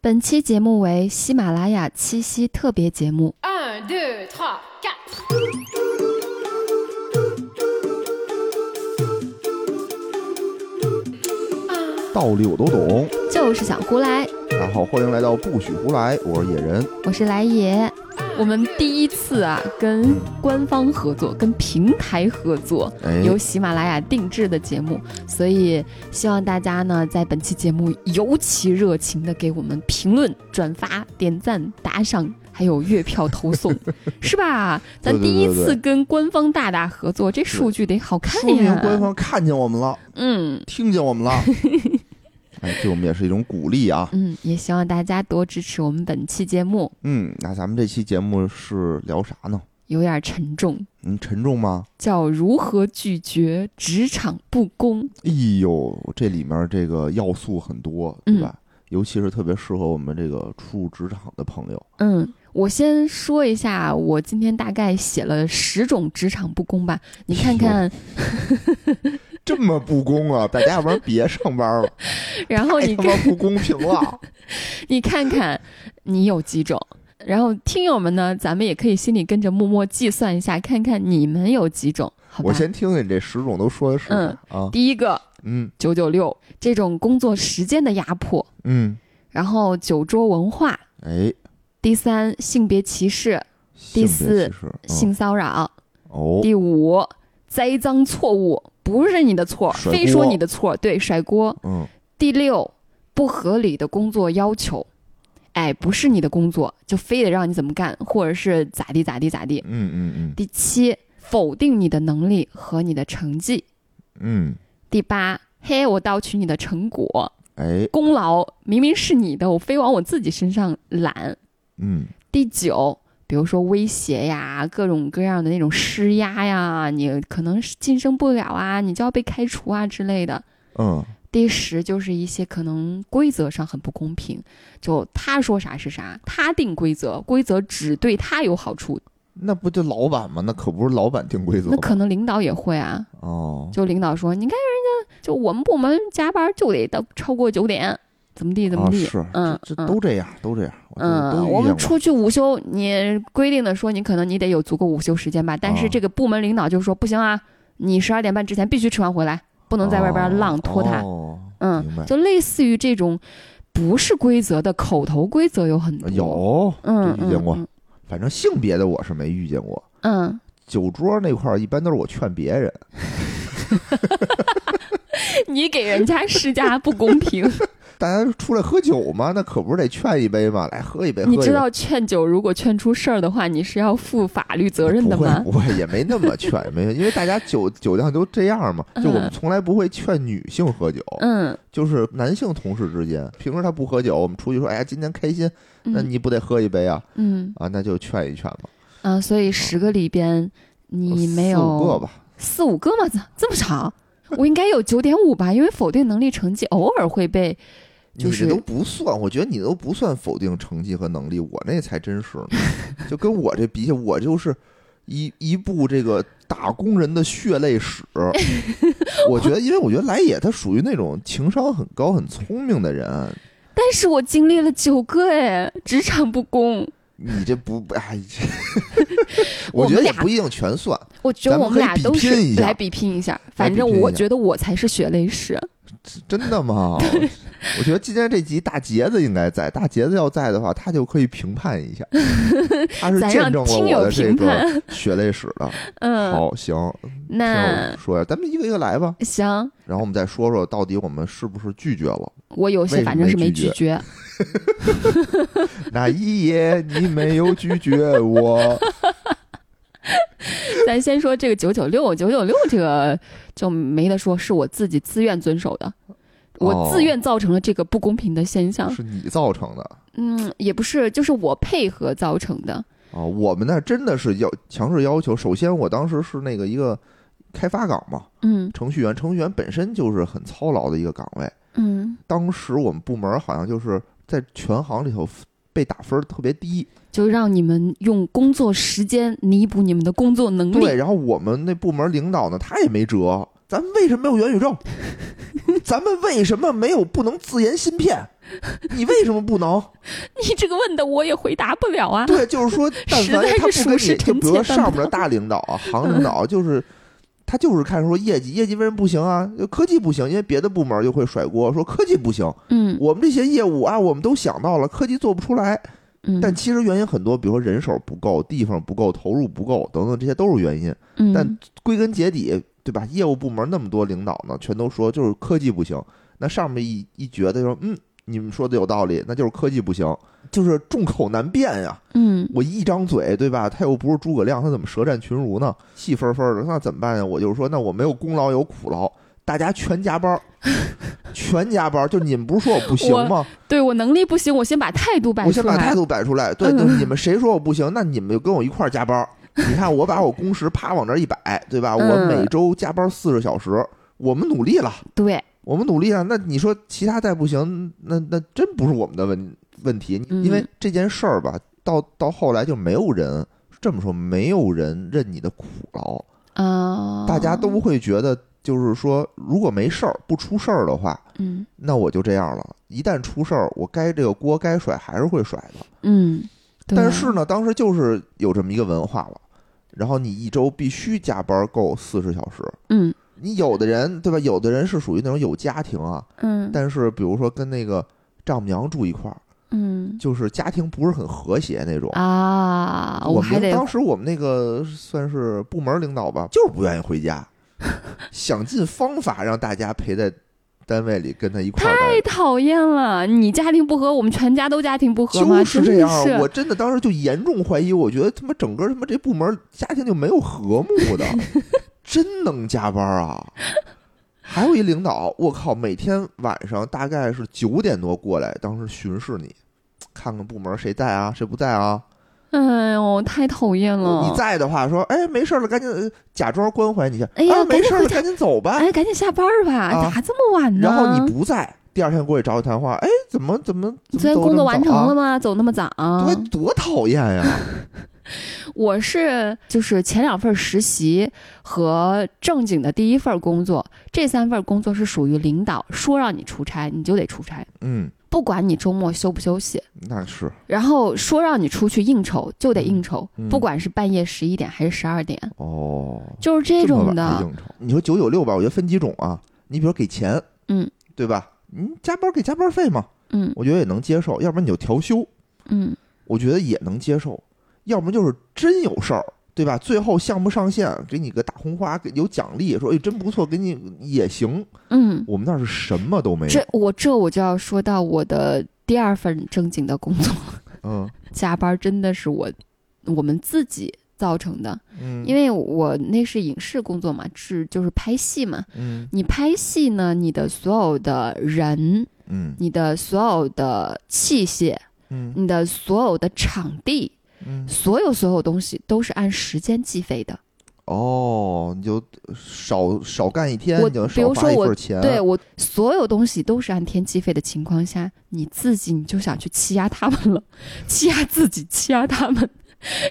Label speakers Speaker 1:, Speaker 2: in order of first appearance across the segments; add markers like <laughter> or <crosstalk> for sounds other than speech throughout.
Speaker 1: 本期节目为喜马拉雅七夕特别节目。
Speaker 2: 1, 2, 3, 4.
Speaker 3: 道理我都懂。
Speaker 1: 就是想胡来，
Speaker 3: 大家好，欢迎来到不许胡来，我是野人。
Speaker 1: 我是来也。我们第一次啊，跟官方合作，跟平台合作，
Speaker 3: 哎，
Speaker 1: 由喜马拉雅定制的节目，所以希望大家呢，在本期节目尤其热情的给我们评论、转发、点赞、打赏，还有月票投送，
Speaker 3: <laughs>
Speaker 1: 是吧？咱
Speaker 3: 对对
Speaker 1: 第一
Speaker 3: 对对
Speaker 1: 次跟官方大大合作，这数据得好看
Speaker 3: 说明官
Speaker 1: 呀。
Speaker 3: 方看见我们了，
Speaker 1: 嗯
Speaker 3: 听见我们了。哎，对我们也是一种鼓励啊。
Speaker 1: 嗯，也希望大家多支持我们本期节目，
Speaker 3: 嗯，那咱们这期节目是聊啥呢？
Speaker 1: 有点沉重，
Speaker 3: 嗯，沉重吗？
Speaker 1: 叫如何拒绝职场不公。
Speaker 3: 哎呦，这里面这个要素很多，对吧？尤其是特别适合我们这个初入职场的朋友。
Speaker 1: 嗯，我先说一下，我今天大概写了十种职场不公吧，你看看，
Speaker 3: 这么不公啊！ <laughs> 大家要不然别上班了，
Speaker 1: 然后哦
Speaker 3: 太
Speaker 1: 你
Speaker 3: 他
Speaker 1: 看
Speaker 3: 妈不公平了。
Speaker 1: <laughs> 你看看，你有几种？然后听友们呢，咱们也可以心里跟着默默计算一下，看看你们有几种，好吧
Speaker 3: 我？先听听你这十种都说的是啥啊？
Speaker 1: 第一个
Speaker 3: 嗯
Speaker 1: 九九六这种工作时间的压迫，
Speaker 3: 嗯，
Speaker 1: 然后酒桌文化，
Speaker 3: 哎，
Speaker 1: 第三性别歧视、第四
Speaker 3: 性别歧视嗯
Speaker 1: 性骚扰，
Speaker 3: 哦，
Speaker 1: 第五栽赃错误，不是你的错，
Speaker 3: 甩
Speaker 1: 非说
Speaker 3: 锅
Speaker 1: 你的错，对，甩锅。
Speaker 3: 嗯，
Speaker 1: 第六，不合理的工作要求，哎，不是你的工作，就非得让你怎么干，或者是咋地咋地咋地。
Speaker 3: 嗯嗯
Speaker 1: 第七，否定你的能力和你的成绩。
Speaker 3: 嗯
Speaker 1: 第八，嘿，我盗取你的成果，
Speaker 3: 嗯，哎，
Speaker 1: 功劳明明是你的，我非往我自己身上揽。
Speaker 3: 嗯
Speaker 1: 第九，比如说威胁呀，各种各样的那种施压呀，你可能是晋升不了啊，你就要被开除啊之类的。
Speaker 3: 嗯，
Speaker 1: 第十就是一些可能规则上很不公平，就他说啥是啥，他定规则，规则只对他有好处。
Speaker 3: 那不就老板吗？那可不是老板定规则
Speaker 1: 那
Speaker 3: 吗？
Speaker 1: 可能领导也会啊，
Speaker 3: 哦，
Speaker 1: 就领导说，你看人家就我们部门加班就得到超过九点，怎么地怎么
Speaker 3: 啊
Speaker 1: 地，
Speaker 3: 是
Speaker 1: 嗯
Speaker 3: 这
Speaker 1: 嗯
Speaker 3: 都这样，都这样，我觉得都
Speaker 1: 嗯，
Speaker 3: 遇
Speaker 1: 我们
Speaker 3: 见过。
Speaker 1: 出去午休，你规定的说你可能你得有足够午休时间吧，但是
Speaker 3: 哦
Speaker 1: 这个部门领导就说不行啊，你十二点半之前必须吃完回来，不能在外边浪拖沓。
Speaker 3: 哦
Speaker 1: 嗯
Speaker 3: 明白，
Speaker 1: 就类似于这种不是规则的口头规则有很多，
Speaker 3: 有，
Speaker 1: 嗯，
Speaker 3: 这遇见过
Speaker 1: 嗯
Speaker 3: 哎反正性别的我是没遇见过。
Speaker 1: 嗯，
Speaker 3: 酒桌那块儿一般都是我劝别人，
Speaker 1: <laughs> 你给人家施加不公
Speaker 3: <laughs>
Speaker 1: 平，
Speaker 3: 大家出来喝酒嘛，那可不是得劝一杯嘛，来喝一杯，喝一
Speaker 1: 你
Speaker 3: 杯。
Speaker 1: 知道劝酒如果劝出事儿的话，你是要负法律责任的吗？
Speaker 3: 不会，不会，也没那么劝，没有，因为大家酒酒量都这样嘛。就我们
Speaker 1: 嗯
Speaker 3: 从来不会劝女性喝酒，
Speaker 1: 嗯，
Speaker 3: 就是男性同事之间，平时他不喝酒，我们出去说，哎呀，今天开心，那
Speaker 1: 嗯
Speaker 3: 你不得喝一杯啊？
Speaker 1: 嗯
Speaker 3: 啊，那就劝一劝吧。
Speaker 1: 啊，所以十个里边你没有
Speaker 3: 哦四五个吧？
Speaker 1: 四五个吗？这这么少？我应该有九点五吧，因为否定能力成绩偶尔会被，就
Speaker 3: 你
Speaker 1: 是
Speaker 3: 这都不算，我觉得你都不算否定成绩和能力，我那才真是
Speaker 1: <laughs>
Speaker 3: 呢。就跟我这比起，我就是一一部这个打工人的血
Speaker 1: <laughs>
Speaker 3: 泪史。我觉得，因为我觉得来也他属于那种情商很高、很聪明的人，
Speaker 1: 但是我经历了九个哎，职场不公。
Speaker 3: 你这不
Speaker 1: <laughs>
Speaker 3: 哎，这
Speaker 1: 我们
Speaker 3: 我觉得也
Speaker 1: 俩
Speaker 3: 不一定全算。
Speaker 1: 我觉得
Speaker 3: 咱们
Speaker 1: 我们俩
Speaker 3: 可以比
Speaker 1: 都是
Speaker 3: 拼一下
Speaker 1: 来比拼一下，
Speaker 3: 来
Speaker 1: 反
Speaker 3: 比
Speaker 1: 正
Speaker 3: 拼一
Speaker 1: 我
Speaker 3: 下
Speaker 1: 觉得我才是血泪史。
Speaker 3: 真的吗？我觉得今天这集大杰子应该在，大杰子要在的话，他就可以评判
Speaker 1: <laughs>
Speaker 3: 一下，他是
Speaker 1: 咱
Speaker 3: 见
Speaker 1: 让
Speaker 3: 证了
Speaker 1: 听
Speaker 3: 我
Speaker 1: 友
Speaker 3: 的这
Speaker 1: 评
Speaker 3: 个
Speaker 1: 判。
Speaker 3: 血泪史的。
Speaker 1: <laughs> 嗯，
Speaker 3: 好，行，听我
Speaker 1: 那
Speaker 3: 说呀，咱们一个一个来吧，
Speaker 1: 行，
Speaker 3: 然后我们再说说到底我们是不是拒绝了。
Speaker 1: 我有些
Speaker 3: 为什
Speaker 1: 反
Speaker 3: 么
Speaker 1: 正是
Speaker 3: 没
Speaker 1: 没
Speaker 3: 拒
Speaker 1: 拒
Speaker 3: <laughs>
Speaker 1: 绝。
Speaker 3: 那一夜你没有拒绝
Speaker 1: <laughs>
Speaker 3: 我，
Speaker 1: 咱先说这个九九六，九九六这个就没得说，是我自己自愿遵守的，我
Speaker 3: 哦
Speaker 1: 自愿造成了这个不公平的现象。
Speaker 3: 是你造成的
Speaker 1: 嗯，也不是，就是我配合造成的。
Speaker 3: 啊！我们那真的是要强制要求，首先我当时是那个一个开发岗嘛，
Speaker 1: 嗯
Speaker 3: 程序员，程序员本身就是很操劳的一个岗位。
Speaker 1: 嗯，
Speaker 3: 当时我们部门好像就是在全行里头被打分儿特别低，
Speaker 1: 就让你们用工作时间弥补你们的工作能
Speaker 3: 对。
Speaker 1: 力。 <laughs>
Speaker 3: 然后我们那部门领导呢，他也没辙，咱们为什么没有元宇宙？咱们为什么没有不能自研芯片？你为什么不能？
Speaker 1: <laughs> 你这个问的我也回答不了啊。
Speaker 3: 对，就
Speaker 1: <laughs>
Speaker 3: 是说，但凡
Speaker 1: 实在是
Speaker 3: 他不跟
Speaker 1: 熟视
Speaker 3: 你，就
Speaker 1: 臣
Speaker 3: 比如说
Speaker 1: 妾办
Speaker 3: 上
Speaker 1: 不
Speaker 3: 面的
Speaker 1: 到
Speaker 3: 大领导啊、行
Speaker 1: 嗯
Speaker 3: 领导，就是他就是看说业绩，业绩为什么不行啊？科技不行，因为别的部门就会甩锅，说科技不行，
Speaker 1: 嗯
Speaker 3: 我们这些业务啊，我们都想到了，科技做不出来。
Speaker 1: 嗯，
Speaker 3: 但其实原因很多，比如说人手不够、地方不够、投入不够等等，这些都是原因。
Speaker 1: 嗯
Speaker 3: 但归根结底，对吧？业务部门那么多领导呢，全都说就是科技不行。那上面一一觉得说，嗯，你们说的有道理，那就是科技不行，就是众口难辩呀。
Speaker 1: 嗯
Speaker 3: 我一张嘴，对吧？他又不是诸葛亮，他怎么舌战群儒呢？气愤愤的，那怎么办呀？我就是说，那我没有功劳有苦劳，大家全加班儿， <laughs> 全加班儿。就你们不是说我不行吗？
Speaker 1: 对我能力不行，我先把态度摆
Speaker 3: 我
Speaker 1: 出
Speaker 3: 先把态
Speaker 1: 来。
Speaker 3: 度摆出来。对，
Speaker 1: 嗯
Speaker 3: 就你们谁说我不行，那你们就跟我一块儿加班儿。你看，我把我工时啪往这儿一摆，对吧？我
Speaker 1: 嗯
Speaker 3: 每周加班四十小时，我们努力了，
Speaker 1: 对，
Speaker 3: 我们努力啊了。那你说其他再不行，那那真不是我们的问问题，
Speaker 1: 嗯
Speaker 3: 因为这件事儿吧，到到后来就没有人这么说，没有人认你的苦
Speaker 1: 哦
Speaker 3: 劳，
Speaker 1: 啊，
Speaker 3: 大家都会觉得就是说，如果没事儿不出事儿的话，
Speaker 1: 嗯
Speaker 3: 那我就这样了。一旦出事儿，我该这个锅该甩还是会甩的。
Speaker 1: 嗯，对
Speaker 3: 但是呢，当时就是有这么一个文化了，然后你一周必须加班够四十小时。
Speaker 1: 嗯
Speaker 3: 你有的人对吧？有的人是属于那种有家庭啊，
Speaker 1: 嗯
Speaker 3: 但是比如说跟那个丈母娘住一块儿，
Speaker 1: 嗯
Speaker 3: 就是家庭不是很和谐那种。
Speaker 1: 啊，
Speaker 3: 我
Speaker 1: 还
Speaker 3: 们
Speaker 1: 得
Speaker 3: 当时我们那个算是部门领导吧，就是不愿意回家，想尽方法让大家陪在单位里跟他一块儿待
Speaker 1: 太
Speaker 3: 着。
Speaker 1: 讨厌了，你家庭不和，我们全家都家庭不和吗？
Speaker 3: 就是这
Speaker 1: 真
Speaker 3: 样
Speaker 1: 是，
Speaker 3: 我真的当时就严重怀疑，我觉得他妈整个他妈这部门家庭就没有和
Speaker 1: <laughs>
Speaker 3: 睦的，真能加班啊！还有一领导，我靠，每天晚上大概是九点多过来，当时巡视你，看看部门谁在啊，谁不在啊。
Speaker 1: 哎呦，太讨厌了
Speaker 3: 你。在的话说，哎，没事儿了，赶紧呃假装关怀你一下，
Speaker 1: 哎呀
Speaker 3: 啊没事儿
Speaker 1: 赶紧回
Speaker 3: 了，
Speaker 1: 家
Speaker 3: 赶紧走吧。
Speaker 1: 哎，赶紧下班儿吧，
Speaker 3: 啊
Speaker 1: 咋这么晚呢？
Speaker 3: 然后你不在，第二天过去找我谈话，哎，怎么怎么
Speaker 1: 你
Speaker 3: 怎
Speaker 1: 昨
Speaker 3: 么
Speaker 1: 天
Speaker 3: 走
Speaker 1: 工作
Speaker 3: 这么
Speaker 1: 完成
Speaker 3: 早啊
Speaker 1: 了吗？走那么早？
Speaker 3: 对，多讨厌呀！
Speaker 1: 我是就是前两份实习和正经的第一份工作，这三份工作是属于领导说让你出差，你就得出差，
Speaker 3: 嗯，
Speaker 1: 不管你周末休不休息。
Speaker 3: 那是，
Speaker 1: 然后说让你出去应酬就得应酬，
Speaker 3: 嗯
Speaker 1: 不管是半夜十一点还是十二点，
Speaker 3: 哦，
Speaker 1: 就是这
Speaker 3: 这么
Speaker 1: 种
Speaker 3: 晚还
Speaker 1: 的。
Speaker 3: 应酬。你说九九六吧，我觉得分几种啊。你比如给钱，
Speaker 1: 嗯，
Speaker 3: 对吧？你加班给加班费嘛，
Speaker 1: 嗯
Speaker 3: 我觉得也能接受。要不然你就调休，
Speaker 1: 嗯
Speaker 3: 我觉得也能接受。要么就是真有事儿，对吧？最后项目上线，给你个大红花，给有奖励，说哎真不错，给你也行。
Speaker 1: 嗯，
Speaker 3: 我们那儿是什么都没有
Speaker 1: 这，我这我就要说到我的第二份正经的工作，
Speaker 3: 嗯
Speaker 1: 加班真的是我我们自己造成的，
Speaker 3: 嗯，
Speaker 1: 因为
Speaker 3: 为
Speaker 1: 我那是影视工作嘛，是就是拍戏嘛。
Speaker 3: 嗯
Speaker 1: 你拍戏呢，你的所有的人、
Speaker 3: 嗯
Speaker 1: 你的所有的器械、
Speaker 3: 嗯
Speaker 1: 你的所有的场地，
Speaker 3: 嗯，
Speaker 1: 所有所有东西都是按时间计费的。
Speaker 3: 哦，你就少少干一天，
Speaker 1: 我
Speaker 3: 你就
Speaker 1: 比如
Speaker 3: 少发
Speaker 1: 说
Speaker 3: 一
Speaker 1: 我
Speaker 3: 份钱，
Speaker 1: 对我所有东西都是按天计费的情况下，你自己你就想去欺压他们了，欺压自己，欺压他们。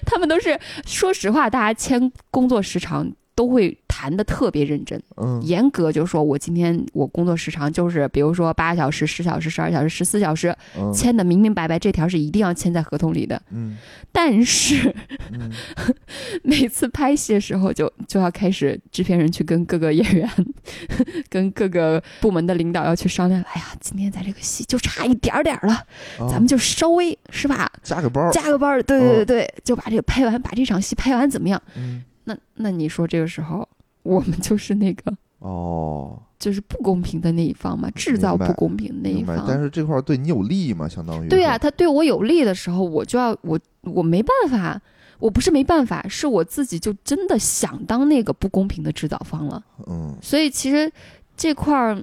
Speaker 1: 他们都是说实话，大家签工作时长都会谈的特别认真。
Speaker 3: 嗯，
Speaker 1: 严格就说，我今天我工作时长就是，比如说八小时、十小时、十二小时、十四小时，
Speaker 3: 嗯
Speaker 1: 签的明明白白，这条是一定要签在合同里的。
Speaker 3: 嗯
Speaker 1: 但是
Speaker 3: 嗯，
Speaker 1: <laughs> 每次拍戏的时候就，就要开始制片人去跟各个演员、 <laughs> 跟各个部门的领导要去商量，哎呀，今天在这个戏就差一点儿点儿了，
Speaker 3: 啊
Speaker 1: 咱们就稍微是吧，
Speaker 3: 加个班儿，
Speaker 1: 加个班儿，对
Speaker 3: 哦
Speaker 1: 对对对，就把这个拍完，把这场戏拍完怎么样？
Speaker 3: 嗯，
Speaker 1: 那那你说这个时候，我们就是那个。
Speaker 3: 哦，
Speaker 1: 就是不公平的那一方嘛，制造
Speaker 3: 明白
Speaker 1: 不公平的那一
Speaker 3: 明白。但
Speaker 1: 方。
Speaker 3: 是这块儿对你有利嘛，相当于
Speaker 1: 对
Speaker 3: 呀、
Speaker 1: 啊，他对我有利的时候，我就要我我没办法，我不是没办法，是我自己就真的想当那个不公平的制造方了。
Speaker 3: 嗯，
Speaker 1: 所以其实这块儿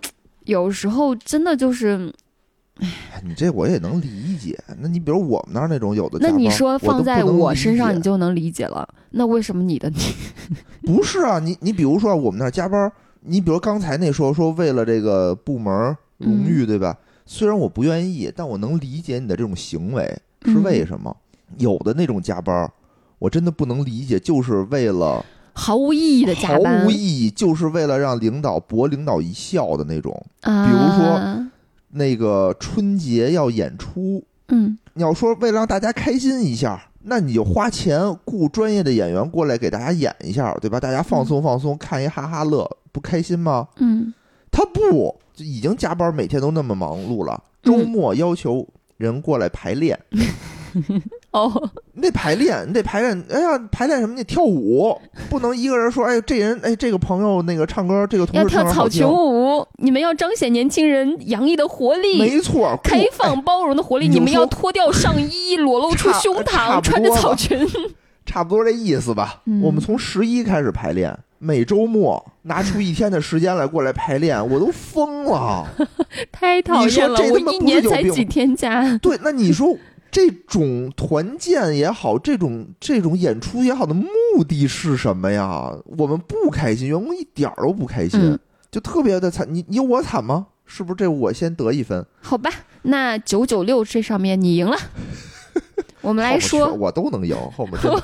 Speaker 1: 有时候真的就是，
Speaker 3: 哎你这我也能理解。那你比如我们那儿那种有的加
Speaker 1: 那
Speaker 3: 班儿，
Speaker 1: 你说
Speaker 3: 我都
Speaker 1: 放在
Speaker 3: 不能
Speaker 1: 我
Speaker 3: 理
Speaker 1: 身上
Speaker 3: 解
Speaker 1: 你就能理解了，那为什么你的 <laughs>
Speaker 3: 不是啊？你你比如说啊我们那儿加班儿，你比如刚才那说说为了这个部门儿
Speaker 1: 嗯
Speaker 3: 荣誉、对吧？虽然我不愿意，但我能理解你的这种行为
Speaker 1: 嗯
Speaker 3: 是为什么。有的那种加班儿，我真的不能理解，就是为了
Speaker 1: 毫无意义的加班，
Speaker 3: 毫无意义，就是为了让领导博领导一笑的那种。
Speaker 1: 啊，
Speaker 3: 比如说，那个春节要演出，
Speaker 1: 嗯，
Speaker 3: 你要说为了让大家开心一下，那你就花钱雇专业的演员过来给大家演一下，对吧？大家放松放松，看一哈哈乐，不开心吗？
Speaker 1: 嗯，
Speaker 3: 他不，就已经加班，每天都那么忙碌了，
Speaker 1: 嗯
Speaker 3: 周末要求人过来排练。
Speaker 1: 哦，
Speaker 3: 你得排练，你得排练。哎呀，排练什么？你得跳舞，不能一个人说，哎，这人，哎，这个朋友那个唱歌，这个同
Speaker 1: 要
Speaker 3: 事
Speaker 1: 跳
Speaker 3: 唱歌
Speaker 1: 草
Speaker 3: 好听
Speaker 1: 裙。舞，你们要彰显年轻人洋溢的活力。
Speaker 3: 没错，
Speaker 1: 开
Speaker 3: 故哎
Speaker 1: 放包容的活力，
Speaker 3: 你就
Speaker 1: 你们要
Speaker 3: 说
Speaker 1: 脱掉上衣，裸露出
Speaker 3: 差
Speaker 1: 胸
Speaker 3: 差
Speaker 1: 膛，
Speaker 3: 不
Speaker 1: 穿着
Speaker 3: 多
Speaker 1: 草
Speaker 3: 吧
Speaker 1: 裙。
Speaker 3: 差不多这意思吧。
Speaker 1: 嗯
Speaker 3: 我们从十一开始排练，每周末拿出一天的时间来过来排练，我都
Speaker 1: <laughs>
Speaker 3: 疯了。
Speaker 1: 太讨
Speaker 3: 你说
Speaker 1: 厌了！
Speaker 3: 这
Speaker 1: 我
Speaker 3: 他妈
Speaker 1: 一
Speaker 3: 不是
Speaker 1: 年
Speaker 3: 有
Speaker 1: 才
Speaker 3: 病
Speaker 1: 几
Speaker 3: 吗
Speaker 1: 天假，
Speaker 3: 对，那你说这种团建也好，这种这种演出也好的目的是什么呀？我们不开心，员工一点儿都不开心，
Speaker 1: 嗯
Speaker 3: 就特别的惨。你你有我惨吗？是不是这我先得一分？
Speaker 1: 好吧？那九九六这上面你赢
Speaker 3: <laughs>
Speaker 1: 了。我们来
Speaker 3: 后
Speaker 1: 说
Speaker 3: 面，我都能赢，后面
Speaker 1: <laughs>
Speaker 3: 真的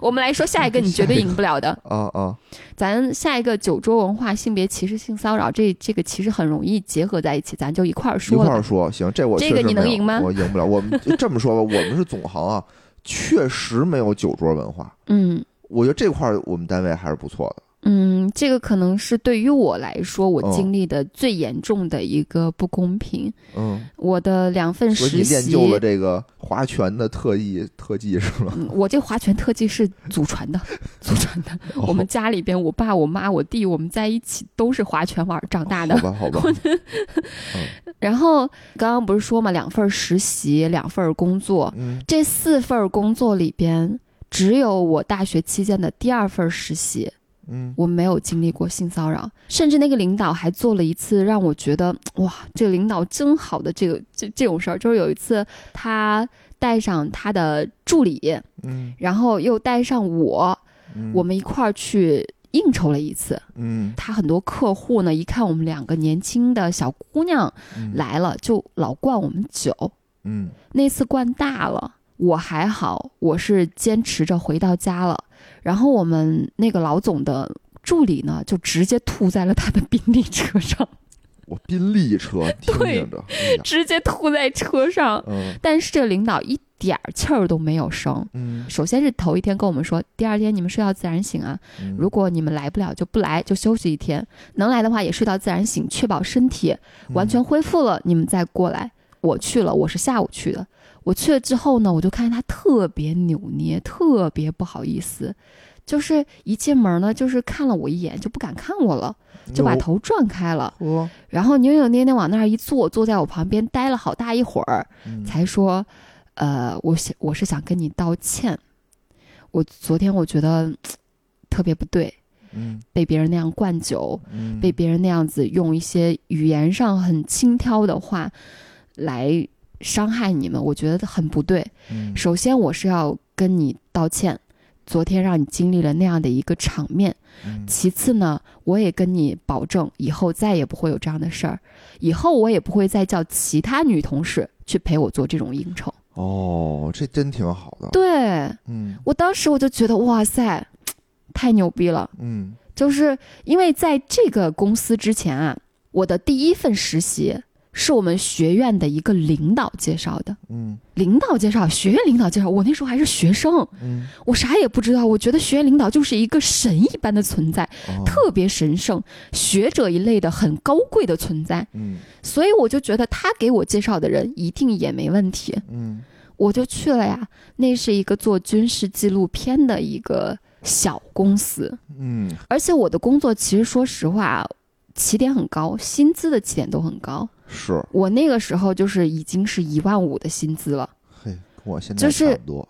Speaker 1: 我们来说下一个你绝对赢不了
Speaker 3: <laughs>
Speaker 1: 的。
Speaker 3: 啊啊，
Speaker 1: 咱下一个酒桌文化、性别歧视、性骚扰，这这个其实很容易结合在一起，咱就一块儿
Speaker 3: 一
Speaker 1: 说
Speaker 3: 块
Speaker 1: 了
Speaker 3: 儿
Speaker 1: 吧。
Speaker 3: 说行，这我
Speaker 1: 这
Speaker 3: 确
Speaker 1: 个
Speaker 3: 实
Speaker 1: 你能
Speaker 3: 没有
Speaker 1: 赢吗
Speaker 3: 我赢不了。我们这么说吧，我们是总行啊，确实没有酒桌文化。
Speaker 1: 嗯
Speaker 3: 我觉得这块儿我们单位还是不错的。
Speaker 1: 嗯，这个可能是对于我来说，我
Speaker 3: 哦
Speaker 1: 经历的最严重的一个不公平。
Speaker 3: 嗯，
Speaker 1: 我的两份
Speaker 3: 所以你
Speaker 1: 实
Speaker 3: 练
Speaker 1: 习，
Speaker 3: 就了这个划拳的特异特技是吗？
Speaker 1: 嗯我这划拳特技是祖传
Speaker 3: <laughs>
Speaker 1: 的，祖传的。我们家里边，我爸、我妈、我弟，我们在一起都是划拳玩长大的。
Speaker 3: 好吧，好吧，
Speaker 1: 然后刚刚不是说嘛，两份实习，两份工作，
Speaker 3: 嗯，
Speaker 1: 这四份工作里边，只有我大学期间的第二份实习，
Speaker 3: 嗯，
Speaker 1: 我没有经历过性骚扰，甚至那个领导还做了一次让我觉得哇，这个领导真好的这个这这种事儿，就是有一次他带上他的助理，
Speaker 3: 嗯，
Speaker 1: 然后又带上我，
Speaker 3: 嗯
Speaker 1: 我，们一块儿去应酬了一次。
Speaker 3: 嗯，
Speaker 1: 他很多客户呢，一看我们两个年轻的小姑娘
Speaker 3: 嗯，
Speaker 1: 来了，就老灌我们酒。
Speaker 3: 嗯，
Speaker 1: 那次灌大了，我还好，我是坚持着回到家了。然后我们那个老总的助理呢，就直接吐在了他的宾利车上， <laughs>
Speaker 3: 我宾利车听听着，哎呀
Speaker 1: 直接吐在车上。
Speaker 3: 嗯
Speaker 1: 但是这领导一点儿气儿都没有生。
Speaker 3: 嗯
Speaker 1: 首先是头一天跟我们说，第二天你们睡到自然醒啊。
Speaker 3: 嗯，
Speaker 1: 如果你们来不了就不来，就休息一天；能来的话也睡到自然醒，确保身体
Speaker 3: 嗯
Speaker 1: 完全恢复了，你们再过来。我去了，我是下午去的。我去了之后呢，我就看见他特别扭捏，特别不好意思，就是一进门呢，就是看了我一眼就不敢看我了，
Speaker 3: 嗯
Speaker 1: 就把，头转开了，
Speaker 3: 哟
Speaker 1: 然后扭扭捏捏往那儿一坐，坐在我旁边待了好大一会儿，
Speaker 3: 嗯
Speaker 1: 才说，呃，我想我是想跟你道歉，我昨天我觉得特别不对，
Speaker 3: 嗯
Speaker 1: 被别人那样灌酒，
Speaker 3: 嗯，
Speaker 1: 被别人那样子用一些语言上很轻佻的话来伤害你们，我觉得很不对。
Speaker 3: 嗯
Speaker 1: 首先，我是要跟你道歉，昨天让你经历了那样的一个场面。
Speaker 3: 嗯
Speaker 1: 其次呢，我也跟你保证，以后再也不会有这样的事儿，以后我也不会再叫其他女同事去陪我做这种应酬。
Speaker 3: 哦，这真挺好的，
Speaker 1: 对
Speaker 3: 嗯
Speaker 1: 我当时我就觉得，哇塞，太牛逼了！
Speaker 3: 嗯
Speaker 1: 就是因为在这个公司之前啊，我的第一份实习是我们学院的一个领导介绍的。
Speaker 3: 嗯
Speaker 1: 领导介绍，学院领导介绍，我那时候还是学生，
Speaker 3: 嗯，
Speaker 1: 我啥也不知道。我觉得学院领导就是一个神一般的存在，
Speaker 3: 哦
Speaker 1: 特别神圣，学者一类的很高贵的存在，
Speaker 3: 嗯
Speaker 1: 所以我就觉得他给我介绍的人一定也没问题。
Speaker 3: 嗯
Speaker 1: 我就去了呀，那是一个做军事纪录片的一个小公司，
Speaker 3: 嗯，
Speaker 1: 而且我的工作其实说实话，起点很高，薪资的起点都很高。
Speaker 3: 是，
Speaker 1: 我那个时候就是已经是一万五的薪资了，
Speaker 3: 嘿，跟我现
Speaker 1: 就
Speaker 3: 在
Speaker 1: 是
Speaker 3: 差不多，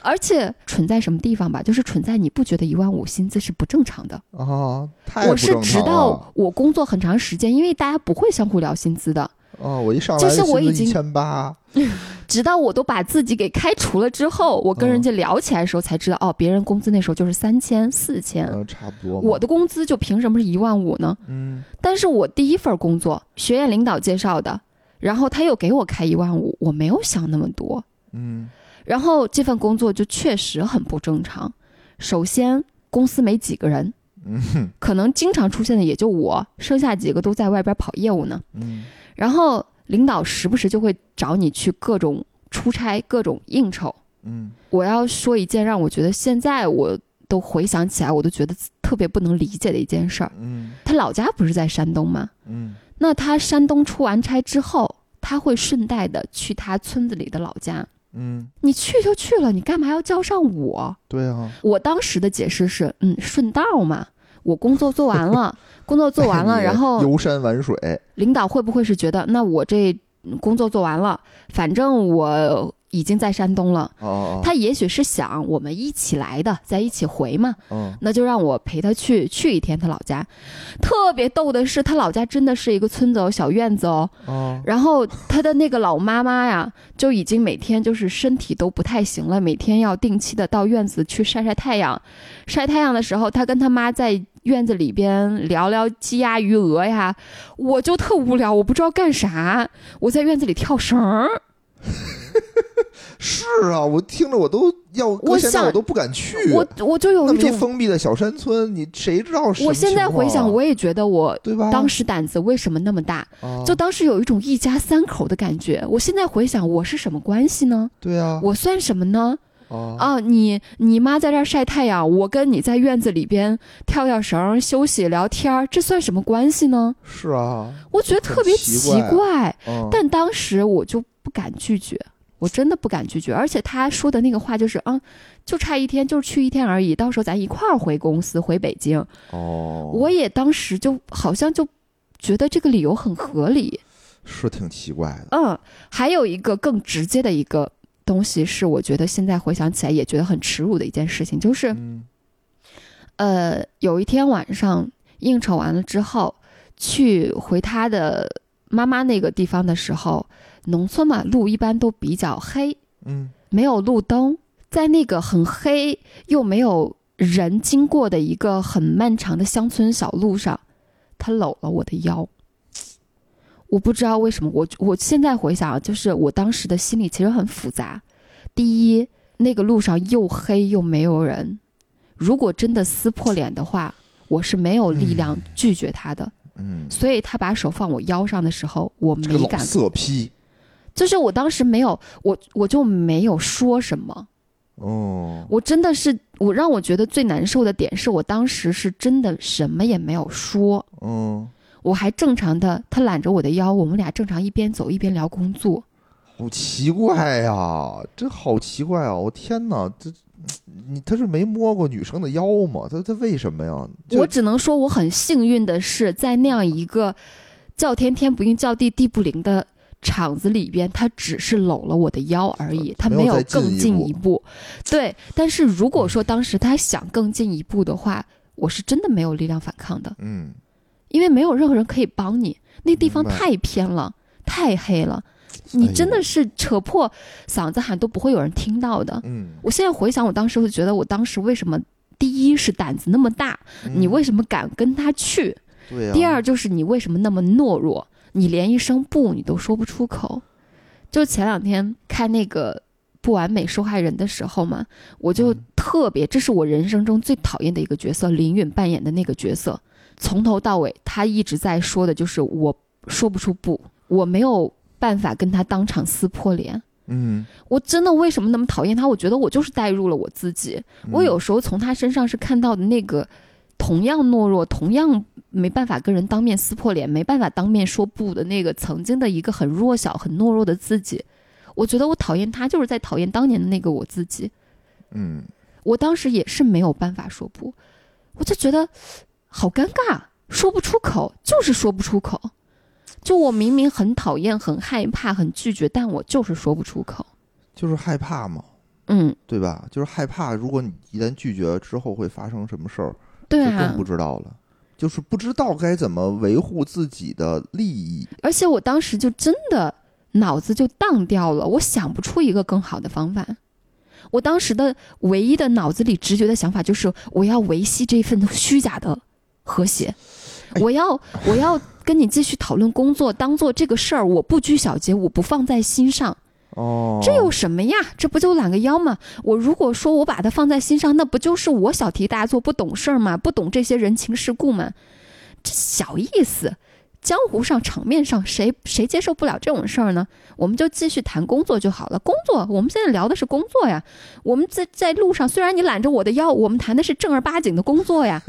Speaker 1: 而且蠢在什么地方吧，就是蠢在你不觉得一万五薪资是不正常的。
Speaker 3: 啊，太不
Speaker 1: 我是
Speaker 3: 正
Speaker 1: 直
Speaker 3: 常
Speaker 1: 到
Speaker 3: 了，
Speaker 1: 我工作很长时间，因为大家不会相互聊薪资的，
Speaker 3: 哦，我一上来
Speaker 1: 就是我已
Speaker 3: 一
Speaker 1: 经
Speaker 3: 千八，
Speaker 1: 直到我都把自己给开除了之后，我跟人家聊起来的时候才知道，哦，别人工资那时候就是三千、四千，
Speaker 3: 嗯，差不多嘛，
Speaker 1: 我的工资就凭什么是一万五呢？
Speaker 3: 嗯
Speaker 1: 但是我第一份工作，学院领导介绍的，然后他又给我开一万五，我没有想那么多。
Speaker 3: 嗯
Speaker 1: 然后这份工作就确实很不正常。首先，公司没几个人，
Speaker 3: 嗯哼
Speaker 1: 可能经常出现的也就我，剩下几个都在外边跑业务呢。
Speaker 3: 嗯
Speaker 1: 然后领导时不时就会找你去各种出差、各种应酬。
Speaker 3: 嗯
Speaker 1: 我要说一件让我觉得现在我都回想起来，我都觉得特别不能理解的一件事儿。
Speaker 3: 嗯
Speaker 1: 他老家不是在山东吗？
Speaker 3: 嗯
Speaker 1: 那他山东出完差之后，他会顺带的去他村子里的老家。
Speaker 3: 嗯，
Speaker 1: 你去就去了，你干嘛要叫上我？
Speaker 3: 对啊，
Speaker 1: 我当时的解释是，嗯，顺道嘛，我工作做完了， <laughs> 工作做完了，
Speaker 3: 你
Speaker 1: 然后
Speaker 3: 游山玩水，
Speaker 1: 领导会不会是觉得，那我这嗯工作做完了，反正我已经在山东了，
Speaker 3: 哦哦
Speaker 1: 他也许是想我们一起来的，在一起回嘛，
Speaker 3: 哦，
Speaker 1: 那就让我陪他去去一天他老家。特别逗的是，他老家真的是一个村子哦，小院子哦，
Speaker 3: 嗯哦，
Speaker 1: 然后他的那个老妈妈呀，就已经每天就是身体都不太行了，每天要定期的到院子去晒晒太阳。晒太阳的时候，他跟他妈在院子里边聊聊鸡鸭鱼鹅呀，我就特无聊，我不知道干啥，我在院子里跳绳儿，
Speaker 3: 是啊，我听着我都要，搁
Speaker 1: 我
Speaker 3: 现在
Speaker 1: 想
Speaker 3: 我都不敢去。
Speaker 1: 我我就有
Speaker 3: 哎那
Speaker 1: 一
Speaker 3: 么一
Speaker 1: 种，
Speaker 3: 封闭的小山村，你谁知道什么
Speaker 1: 我现在
Speaker 3: 情况
Speaker 1: 回
Speaker 3: 啊哦
Speaker 1: 想，我也觉得我。
Speaker 3: 对吧？
Speaker 1: 当时胆子为什么那么大？
Speaker 3: 啊
Speaker 1: 就当时有一种一家三口的感觉。我现在回想，我是什么关系呢？
Speaker 3: 对啊，
Speaker 1: 我算什么呢？
Speaker 3: 啊
Speaker 1: 啊，你你妈在这儿晒太阳，我跟你在院子里边跳跳绳儿、休息、聊天儿，这算什么关系呢？
Speaker 3: 是啊，
Speaker 1: 我觉得特别
Speaker 3: 很
Speaker 1: 奇
Speaker 3: 奇
Speaker 1: 怪，
Speaker 3: 嗯
Speaker 1: 但当时我就不敢拒绝，我真的不敢拒绝。而且他说的那个话就是，啊、就差一天，就是去一天而已，到时候咱一块儿回公司，回北京。
Speaker 3: 哦，
Speaker 1: 我也当时就好像就觉得这个理由很合理，
Speaker 3: 是挺奇怪的，
Speaker 1: 嗯，还有一个更直接的一个东西是，我觉得现在回想起来也觉得很耻辱的一件事情，就是
Speaker 3: 嗯
Speaker 1: 呃，有一天晚上应酬完了之后，去回他的妈妈那个地方的时候，农村嘛，路一般都比较黑，
Speaker 3: 嗯
Speaker 1: 没有路灯，在那个很黑又没有人经过的一个很漫长的乡村小路上，他搂了我的腰。我不知道为什么，我我现在回想啊，就是我当时的心里其实很复杂。第一，那个路上又黑又没有人，如果真的撕破脸的话，我是没有力量拒绝他的。
Speaker 3: 嗯，
Speaker 1: 所以他把手放我腰上的时候，我
Speaker 3: 这个
Speaker 1: 没
Speaker 3: 老
Speaker 1: 敢
Speaker 3: 色批，
Speaker 1: 就是我当时没有，我我就没有说什么。
Speaker 3: 哦，
Speaker 1: 我真的是，我让我觉得最难受的点是我当时是真的什么也没有说，
Speaker 3: 嗯，
Speaker 1: 我还正常的，他揽着我的腰，我们俩正常一边走一边聊工作。
Speaker 3: 好奇怪呀、这好奇怪啊！我天哪，这你他是没摸过女生的腰吗？他他为什么呀？就
Speaker 1: 我只能说我很幸运的是，在那样一个叫天天不应、叫地地不灵的场子里边，他只是搂了我的腰而已，他
Speaker 3: 呃没有
Speaker 1: 有
Speaker 3: 再进
Speaker 1: 更
Speaker 3: 一
Speaker 1: 进
Speaker 3: 步
Speaker 1: 一步。对，但是如果说当时他想更进一步的话，我是真的没有力量反抗的。
Speaker 3: 嗯，
Speaker 1: 因为没有任何人可以帮你，那地方
Speaker 3: 明白
Speaker 1: 太偏了，太黑了，
Speaker 3: 哎
Speaker 1: 你真的是扯破嗓子喊都不会有人听到的。
Speaker 3: 嗯，
Speaker 1: 我现在回想，我当时会觉得，我当时为什么？第一是胆子那么大，
Speaker 3: 嗯
Speaker 1: 你为什么敢跟他去？
Speaker 3: 对啊呀、
Speaker 1: 第二就是你为什么那么懦弱？你连一声不你都说不出口。就前两天看那个《不完美受害人》的时候嘛，我就
Speaker 3: 嗯
Speaker 1: 特别，这是我人生中最讨厌的一个角色，林允扮演的那个角色，从头到尾他一直在说的就是我说不出不，我没有办法跟他当场撕破脸。
Speaker 3: 嗯，
Speaker 1: 我真的为什么那么讨厌他？我觉得我就是代入了我自己，
Speaker 3: 嗯，
Speaker 1: 我有时候从他身上是看到的那个同样懦弱、同样没办法跟人当面撕破脸、没办法当面说不的那个曾经的一个很弱小、很懦弱的自己。我觉得我讨厌他，就是在讨厌当年的那个我自己。
Speaker 3: 嗯，
Speaker 1: 我当时也是没有办法说不，我就觉得好尴尬，说不出口，就是说不出口。就我明明很讨厌、很害怕、很拒绝，但我就是说不出口。
Speaker 3: 就是害怕嘛，
Speaker 1: 嗯，
Speaker 3: 对吧？就是害怕，如果你一旦拒绝之后会发生什么事儿，
Speaker 1: 对
Speaker 3: 就
Speaker 1: 啊，
Speaker 3: 更不知道了。就是不知道该怎么维护自己的利益，
Speaker 1: 而且我当时就真的脑子就荡掉了，我想不出一个更好的方法。我当时的唯一的脑子里直觉的想法就是，我要维系这份虚假的和谐，
Speaker 3: 哎
Speaker 1: 我要我要跟你继续讨论工作，当做这个事儿我不拘小节，我不放在心上，
Speaker 3: 哦，
Speaker 1: 这有什么呀？这不就懒个腰吗？我如果说我把它放在心上，那不就是我小题大做、不懂事儿吗？不懂这些人情世故吗？这小意思。江湖上、场面上，谁谁接受不了这种事儿呢？我们就继续谈工作就好了。工作，我们现在聊的是工作呀。我们在在路上，虽然你揽着我的腰，我们谈的是正儿八经的工作
Speaker 3: <laughs>
Speaker 1: 呀。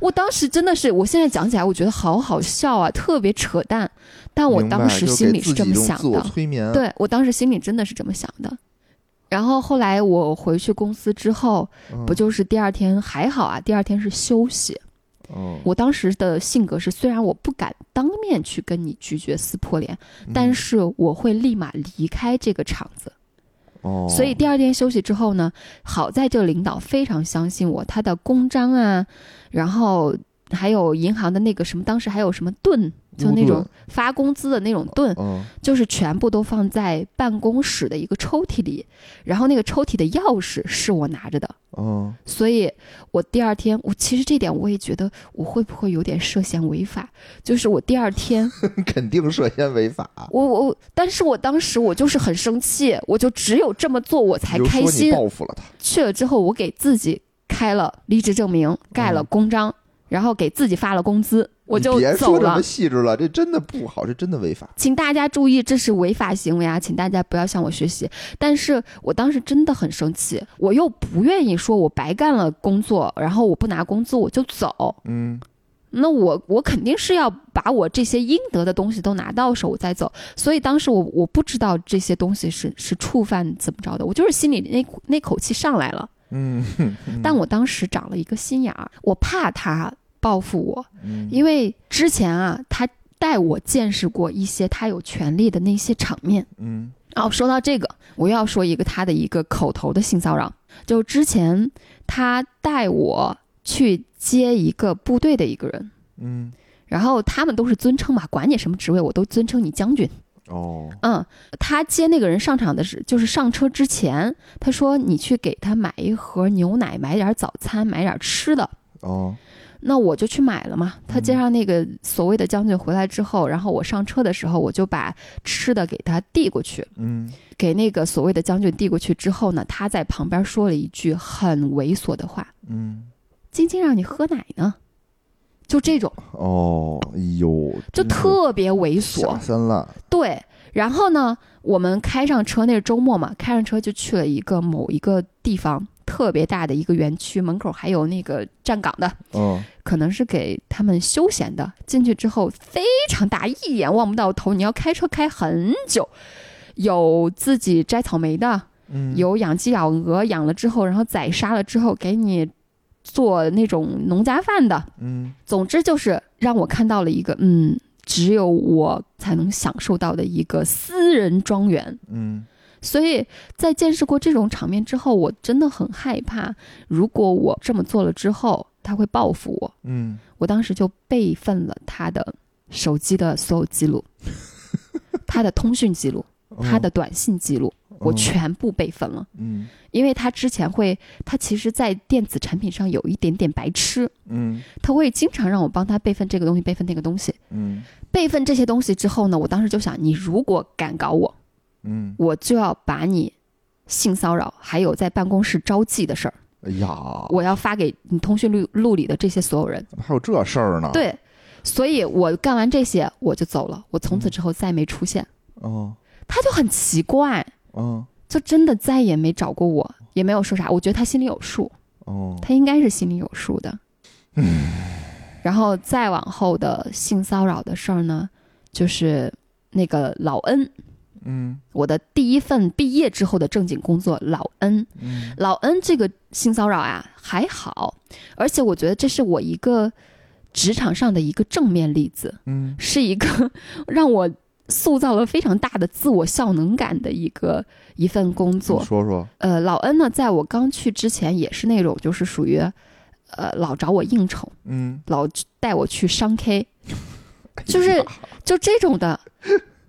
Speaker 1: 我当时真的是，我现在讲起来，我觉得好好笑啊，特别扯淡。但我
Speaker 3: 明白
Speaker 1: 当时
Speaker 3: 就
Speaker 1: 心
Speaker 3: 给
Speaker 1: 里
Speaker 3: 自
Speaker 1: 是这
Speaker 3: 己
Speaker 1: 么
Speaker 3: 一种
Speaker 1: 想
Speaker 3: 自我
Speaker 1: 的。
Speaker 3: 催眠，，
Speaker 1: 对我当时心里真的是这么想的。然后后来我回去公司之后，不就是第二天还好啊？第二天是休息。
Speaker 3: 嗯，
Speaker 1: 我当时的性格是，虽然我不敢当面去跟你拒绝撕破脸，但
Speaker 3: 是
Speaker 1: 是我会立马离开这个场子。
Speaker 3: 哦，
Speaker 1: 所以第二天休息之后呢，好在这领导非常相信我，他的公章啊，然后还有银行的那个什么，当时还有什么盾，就
Speaker 3: 乌
Speaker 1: 那种
Speaker 3: 盾
Speaker 1: 发工资的那种盾，
Speaker 3: 嗯
Speaker 1: 就是全部都放在办公室的一个抽屉里，然后那个抽屉的钥匙是我拿着的，
Speaker 3: 嗯，
Speaker 1: 所以我第二天，我其实这点我也觉得我会不会有点涉嫌违法，就是我第二天，
Speaker 3: 嗯肯定涉嫌违法，
Speaker 1: 我我我，但是我当时我就是很生气，我就只有这么做我才
Speaker 3: 你就
Speaker 1: 开
Speaker 3: 说你
Speaker 1: 心。
Speaker 3: 报复了他，
Speaker 1: 去了之后，我给自己开了离职证明，盖了公章，然后给自己发了工资，我
Speaker 3: 嗯你
Speaker 1: 就
Speaker 3: 别
Speaker 1: 走
Speaker 3: 说这
Speaker 1: 了
Speaker 3: 么。细致了，这真的不好，这真的违法。
Speaker 1: 请大家注意，这是违法行为啊！请大家不要向我学习。但是我当时真的很生气，我又不愿意说我白干了工作，然后我不拿工资我就走。
Speaker 3: 嗯，
Speaker 1: 那我我肯定是要把我这些应得的东西都拿到手我再走。所以当时我我不知道这些东西是是触犯怎么着的，我就是心里那股那口气上来了。
Speaker 3: 嗯，
Speaker 1: 但我当时长了一个心眼儿，我怕他报复我，
Speaker 3: 嗯
Speaker 1: 因为之前啊，他带我见识过一些他有权利的那些场面。
Speaker 3: 嗯
Speaker 1: 哦，说到这个，我又要说一个他的一个口头的性骚扰，就之前他带我去接一个部队的一个人，
Speaker 3: 嗯，
Speaker 1: 然后他们都是尊称嘛，管你什么职位，我都尊称你将军。
Speaker 3: 哦，
Speaker 1: 嗯，他接那个人上场的是，就是上车之前，他说你去给他买一盒牛奶，买点早餐，买点吃的。
Speaker 3: 哦，
Speaker 1: 那我就去买了嘛。他接上那个所谓的将军回来之后，然后我上车的时候，我就把吃的给他递过去，
Speaker 3: 嗯，
Speaker 1: 给那个所谓的将军递过去之后呢，他在旁边说了一句很猥琐的话
Speaker 3: 嗯，：“
Speaker 1: 晶晶让你喝奶呢。”就这种，
Speaker 3: 哦，哎呦，
Speaker 1: 就
Speaker 3: 真是
Speaker 1: 特别猥琐
Speaker 3: 下。三滥，
Speaker 1: 对，然后呢，我们开上车，那是周末嘛，开上车就去了一个某一个地方，特别大的一个园区，门口还有那个站岗的，
Speaker 3: 嗯，
Speaker 1: 可能是给他们休闲的。进去之后非常大，一眼望不到头，你要开车开很久。有自己摘草莓的，
Speaker 3: 嗯，
Speaker 1: 有养鸡养鹅，养了之后，然后宰杀了之后给你做那种农家饭的。
Speaker 3: 嗯，
Speaker 1: 总之就是让我看到了一个，嗯，只有我才能享受到的一个私人庄园。
Speaker 3: 嗯，
Speaker 1: 所以在见识过这种场面之后，我真的很害怕，如果我这么做了之后，他会报复我。
Speaker 3: 嗯，
Speaker 1: 我当时就备份了他的手机的所有记录，他的通讯记录、
Speaker 3: 嗯
Speaker 1: 他的，短信记录，我
Speaker 3: 嗯，
Speaker 1: 全部备份了。
Speaker 3: 嗯，
Speaker 1: 因为他之前会，他其实，在电子产品上有一点点白痴，
Speaker 3: 嗯，
Speaker 1: 他会经常让我帮他备份这个东西，备份那个东西。
Speaker 3: 嗯，
Speaker 1: 备份这些东西之后呢，我当时就想，你如果敢搞我，
Speaker 3: 嗯，
Speaker 1: 我就要把你性骚扰，还有在办公室招妓的事儿，
Speaker 3: 哎呀，
Speaker 1: 我要发给你通讯录录里的这些所有人。
Speaker 3: 怎么还有这事儿呢？，
Speaker 1: 对，所以我干完这些我就走了，我从此之后再没出现。
Speaker 3: 嗯，
Speaker 1: 他就很奇怪，
Speaker 3: 嗯，
Speaker 1: 就真的再也没找过我，也没有说啥。我觉得他心里有数，
Speaker 3: 哦，
Speaker 1: 他应该是心里有数的。然后再往后的性骚扰的事儿呢，就是那个老恩，
Speaker 3: 嗯，
Speaker 1: 我的第一份毕业之后的正经工作，老恩。
Speaker 3: 嗯，
Speaker 1: 老恩这个性骚扰啊还好，而且我觉得这是我一个职场上的一个正面例子。
Speaker 3: 嗯，
Speaker 1: 是一个 <laughs> 让我塑造了非常大的自我效能感的一个一份工
Speaker 3: 你
Speaker 1: 作。
Speaker 3: 说说，
Speaker 1: 呃，老恩呢，在我刚去之前也是那种就是属于，呃，老找我应酬，
Speaker 3: 嗯，
Speaker 1: 老带我去商 K，
Speaker 3: 哎
Speaker 1: 就是
Speaker 3: 呀
Speaker 1: 就这种的。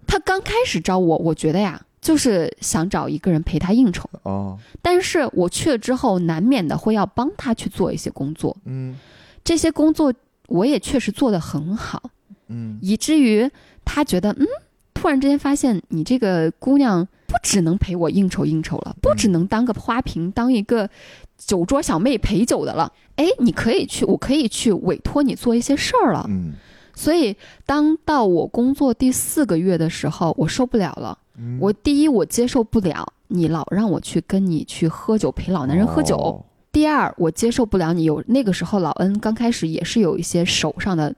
Speaker 1: 他刚开始招我，我觉得呀，就是想找一个人陪他应酬，
Speaker 3: 哦，
Speaker 1: 但是我去了之后，难免的会要帮他去做一些工作，
Speaker 3: 嗯，
Speaker 1: 这些工作我也确实做得很好，
Speaker 3: 嗯，
Speaker 1: 以至于他觉得，嗯，突然之间发现你这个姑娘不只能陪我应酬应酬了，不
Speaker 3: 嗯
Speaker 1: 只能当个花瓶，当一个酒桌小妹陪酒的了。哎，你可以去，我可以去委托你做一些事儿了。
Speaker 3: 嗯，
Speaker 1: 所以，当到我工作第四个月的时候，我受不了了。
Speaker 3: 嗯
Speaker 1: 我第一，我接受不了你老让我去跟你去喝酒，陪老男人喝酒。
Speaker 3: 哦
Speaker 1: 第二，我接受不了你有那个时候老恩刚开始也是有一些手上的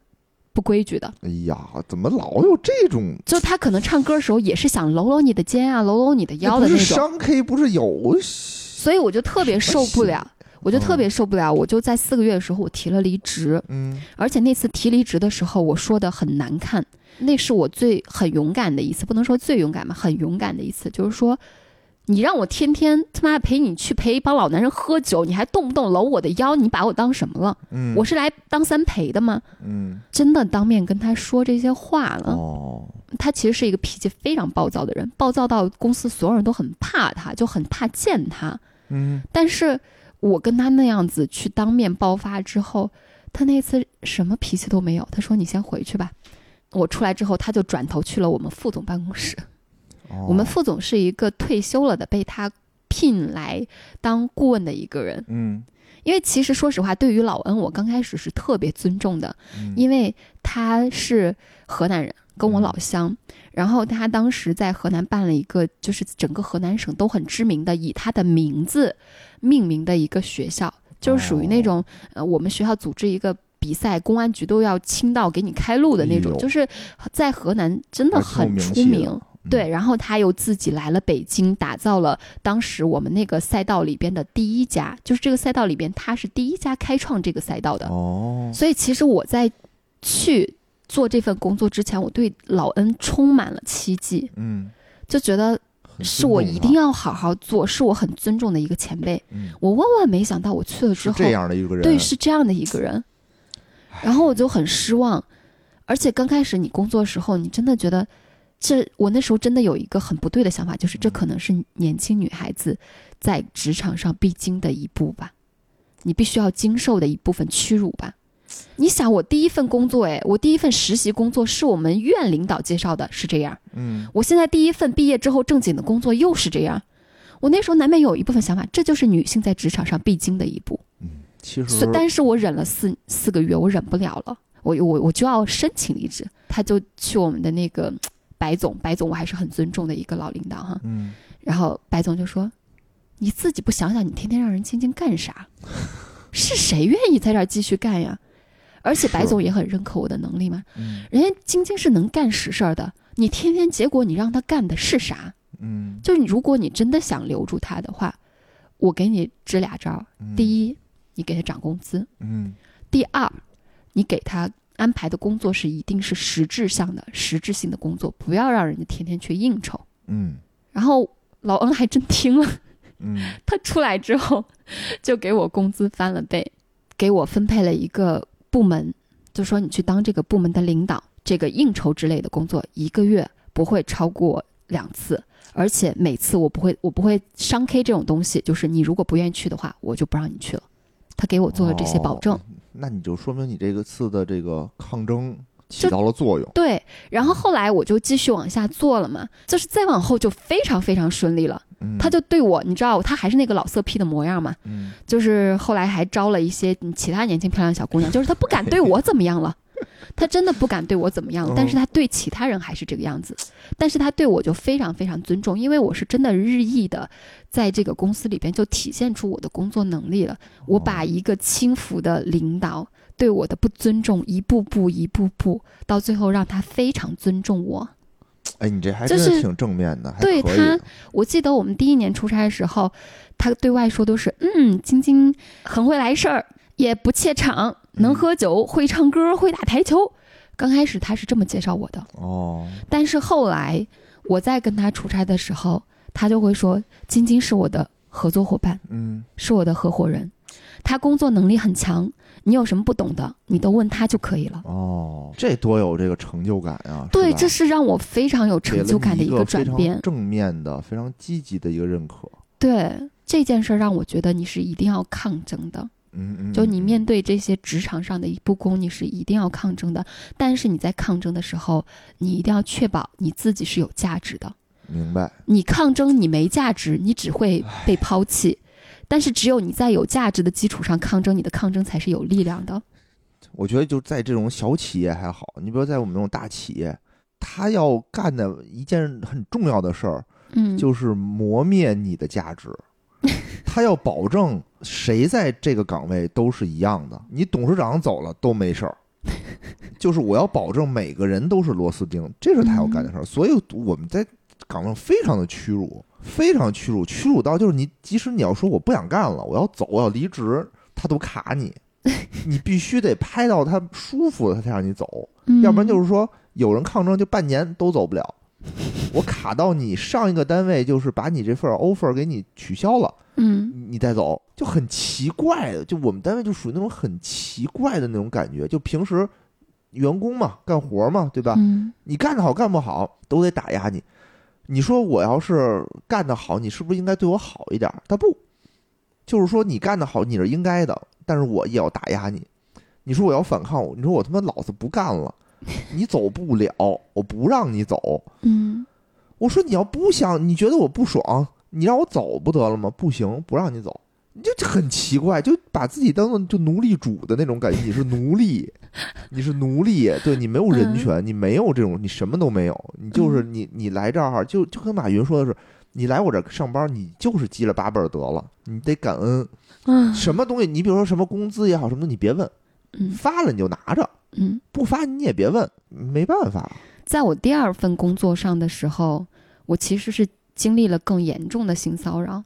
Speaker 1: 不规矩的，
Speaker 3: 哎呀，怎么老有这种？
Speaker 1: 就他可能唱歌的时候也是想搂搂你的肩啊，搂搂你的腰的
Speaker 3: 不
Speaker 1: 那
Speaker 3: 是
Speaker 1: 种，
Speaker 3: 商 K 不是有
Speaker 1: 所以我就特别受不了，我就
Speaker 3: 嗯
Speaker 1: 特别受不了，我就在四个月的时候我提了离职，
Speaker 3: 嗯
Speaker 1: 而且那次提离职的时候我说的很难看，那是我最很勇敢的一次，不能说最勇敢吧，很勇敢的一次，就是说。你让我天天他妈陪你去陪一帮老男人喝酒，你还动不动搂我的腰，你把我当什么了？
Speaker 3: 嗯，
Speaker 1: 我是来当三陪的吗？
Speaker 3: 嗯
Speaker 1: 真的当面跟他说这些话了。
Speaker 3: 哦
Speaker 1: 他其实是一个脾气非常暴躁的人，暴躁到公司所有人都很怕他，就很怕见他。
Speaker 3: 嗯
Speaker 1: 但是我跟他那样子去当面爆发之后，他那次什么脾气都没有。他说：“你先回去吧。”我出来之后，他就转头去了我们副总办公室。
Speaker 3: 哦
Speaker 1: 我们副总是一个退休了的，被他聘来当顾问的一个人。
Speaker 3: 嗯
Speaker 1: 因为其实说实话，对于老恩，我刚开始是特别尊重的，
Speaker 3: 嗯
Speaker 1: 因为他是河南人，跟我
Speaker 3: 嗯
Speaker 1: 老乡。然后他当时在河南办了一个，就是整个河南省都很知名的，以他的名字命名的一个学校，就是属于那
Speaker 3: 哦
Speaker 1: 种、呃，我们学校组织一个。比赛，公安局都要亲到给你开路的那种，
Speaker 3: 哎呦
Speaker 1: 就是在河南真的
Speaker 3: 还
Speaker 1: 很
Speaker 3: 挺有名
Speaker 1: 出
Speaker 3: 气的
Speaker 1: 名。
Speaker 3: 嗯
Speaker 1: 对，然后他又自己来了北京，打造了当时我们那个赛道里边的第一家，就是这个赛道里边他是第一家开创这个赛道的。
Speaker 3: 哦
Speaker 1: 所以其实我在去做这份工作之前，我对老恩充满了期冀，
Speaker 3: 嗯，
Speaker 1: 就觉得
Speaker 3: 很
Speaker 1: 是
Speaker 3: 尊
Speaker 1: 我
Speaker 3: 重
Speaker 1: 一
Speaker 3: 他
Speaker 1: 定要好好做，是我很尊重的一个前辈。
Speaker 3: 嗯
Speaker 1: 我万万没想到我去了之
Speaker 3: 是
Speaker 1: 后，
Speaker 3: 这样的一个人
Speaker 1: 对，是这样的一个人，然后我就很失望。而且刚开始你工作的时候，你真的觉得这，我那时候真的有一个很不对的想法，就是这可能是年轻女孩子在职场上必经的一步吧，你必须要经受的一部分屈辱吧。你想，我第一份工作，哎，我第一份实习工作是我们院领导介绍的，是这样。
Speaker 3: 嗯
Speaker 1: 我现在第一份毕业之后正经的工作又是这样，我那时候难免有一部分想法，这就是女性在职场上必经的一步。
Speaker 3: 嗯，其
Speaker 1: 所
Speaker 3: 实
Speaker 1: 以但是我忍了四四个月，我忍不了了，我我我就要申请离职。他就去我们的那个白总，白总我还是很尊重的一个老领导哈。
Speaker 3: 嗯
Speaker 1: 然后白总就说：“你自己不想想，你天天让人亲亲干啥？是谁愿意在这儿继续干呀？”而且白
Speaker 3: 是
Speaker 1: 总也很认可我的能力嘛，
Speaker 3: 嗯
Speaker 1: 人家晶晶是能干实事儿的，你天天结果你让他干的是啥？
Speaker 3: 嗯
Speaker 1: 就是你如果你真的想留住他的话，我给你支俩招儿，
Speaker 3: 嗯
Speaker 1: 第一，你给他涨工资，
Speaker 3: 嗯
Speaker 1: 第二，你给他安排的工作是一定是实质上的、实质性的工作，不要让人家天天去应酬。
Speaker 3: 嗯
Speaker 1: 然后老恩还真听了，
Speaker 3: 嗯
Speaker 1: 他出来之后就给我工资翻了倍，给我分配了一个部门，就说你去当这个部门的领导，这个应酬之类的工作一个月不会超过两次。而且每次我不会，我不会商 K 这种东西，就是你如果不愿意去的话，我就不让你去了。他给我做了这些保证，
Speaker 3: 那你就说明你这个次的这个抗争起
Speaker 1: 就
Speaker 3: 到了作用，
Speaker 1: 对，然后后来我就继续往下做了嘛，就是再往后就非常非常顺利了。
Speaker 3: 嗯
Speaker 1: 他就对我，你知道，他还是那个老色批的模样嘛，
Speaker 3: 嗯
Speaker 1: 就是后来还招了一些其他年轻漂亮小姑娘，就是他不敢对我怎么样了，他真的不敢对我怎么样，但是他对其他人还是这个样子，但是他对我就非常非常尊重，因为我是真的日益的在这个公司里边就体现出我的工作能力了，我把一个轻浮的领导对我的不尊重，一步步一步步到最后让他非常尊重我。
Speaker 3: 哎，你这还
Speaker 1: 就
Speaker 3: 真
Speaker 1: 是
Speaker 3: 挺正面的，还
Speaker 1: 对
Speaker 3: 可以
Speaker 1: 他我记得我们第一年出差的时候，他对外说都是嗯，晶晶很会来事儿，也不怯
Speaker 3: 嗯
Speaker 1: 场，能喝酒，会唱歌，会打台球。刚开始他是这么介绍我的，
Speaker 3: 哦，
Speaker 1: 但是后来我在跟他出差的时候，他就会说晶晶是我的合作伙伴，
Speaker 3: 嗯
Speaker 1: 是我的合伙人，他工作能力很强，你有什么不懂的，你都问他就可以了。
Speaker 3: 哦，这多有这个成就感啊！
Speaker 1: 对，
Speaker 3: 吧
Speaker 1: 这是让我非常有
Speaker 3: 给
Speaker 1: 成
Speaker 3: 了
Speaker 1: 就感
Speaker 3: 你
Speaker 1: 的
Speaker 3: 一
Speaker 1: 个
Speaker 3: 非
Speaker 1: 转
Speaker 3: 常
Speaker 1: 变。
Speaker 3: 正面的、非常积极的一个认可。
Speaker 1: 对这件事儿，让我觉得你是一定要抗争的，
Speaker 3: 嗯嗯，
Speaker 1: 就你
Speaker 3: 嗯
Speaker 1: 面对这些职场上的一不公，你是一定要抗争的。但是你在抗争的时候，你一定要确保你自己是有价值的，
Speaker 3: 明白，
Speaker 1: 你抗争，你没价值，你只会被抛弃。但是只有你在有价值的基础上抗争，你的抗争才是有力量的。
Speaker 3: 我觉得就在这种小企业还好，你比如在我们这种大企业，他要干的一件很重要的事儿
Speaker 1: 嗯，
Speaker 3: 就是磨灭你的价值，他要保证谁在这个岗位都是一样的，你董事长走了都没事儿。就是我要保证每个人都是螺丝钉，这是他要干的事儿。所以我们在岗上非常的屈辱，非常屈辱，屈辱到就是你，即使你要说我不想干了，我要走，我要离职，他都卡你，你必须得拍到他舒服，他才让你走。
Speaker 1: 嗯
Speaker 3: 要不然就是说有人抗争就半年都走不了，我卡到你上一个单位就是把你这份儿 offer 给你取消了，
Speaker 1: 嗯
Speaker 3: 你再走就很奇怪的，就我们单位就属于那种很奇怪的那种感觉，就平时员工嘛，干活嘛，对吧？
Speaker 1: 嗯
Speaker 3: 你干得好干不好都得打压你。你说我要是干得好，你是不是应该对我好一点儿？他不，就是说你干得好你是应该的，但是我也要打压你。你说我要反抗，你说我他妈老子不干了，你走不了，我不让你走。
Speaker 1: 嗯
Speaker 3: 我说你要不想，你觉得我不爽，你让我走不得了吗？不行，不让你走，你就很奇怪，就把自己当做就奴隶主的那种感觉，你是奴隶，你是奴隶，对你没有人
Speaker 1: 嗯
Speaker 3: 权，你没有这种，你什么都没有，你就是你，你来这儿就就跟马云说的是，你来我这儿上班，你就是积了八辈儿得了，你得感恩，
Speaker 1: 嗯
Speaker 3: 什么东西，你比如说什么工资也好，什么的你别问，
Speaker 1: 嗯
Speaker 3: 发了你就拿着，
Speaker 1: 嗯，
Speaker 3: 不发你也别问，没办法，
Speaker 1: 在我第二份工作上的时候，我其实是经历了更严重的性骚扰。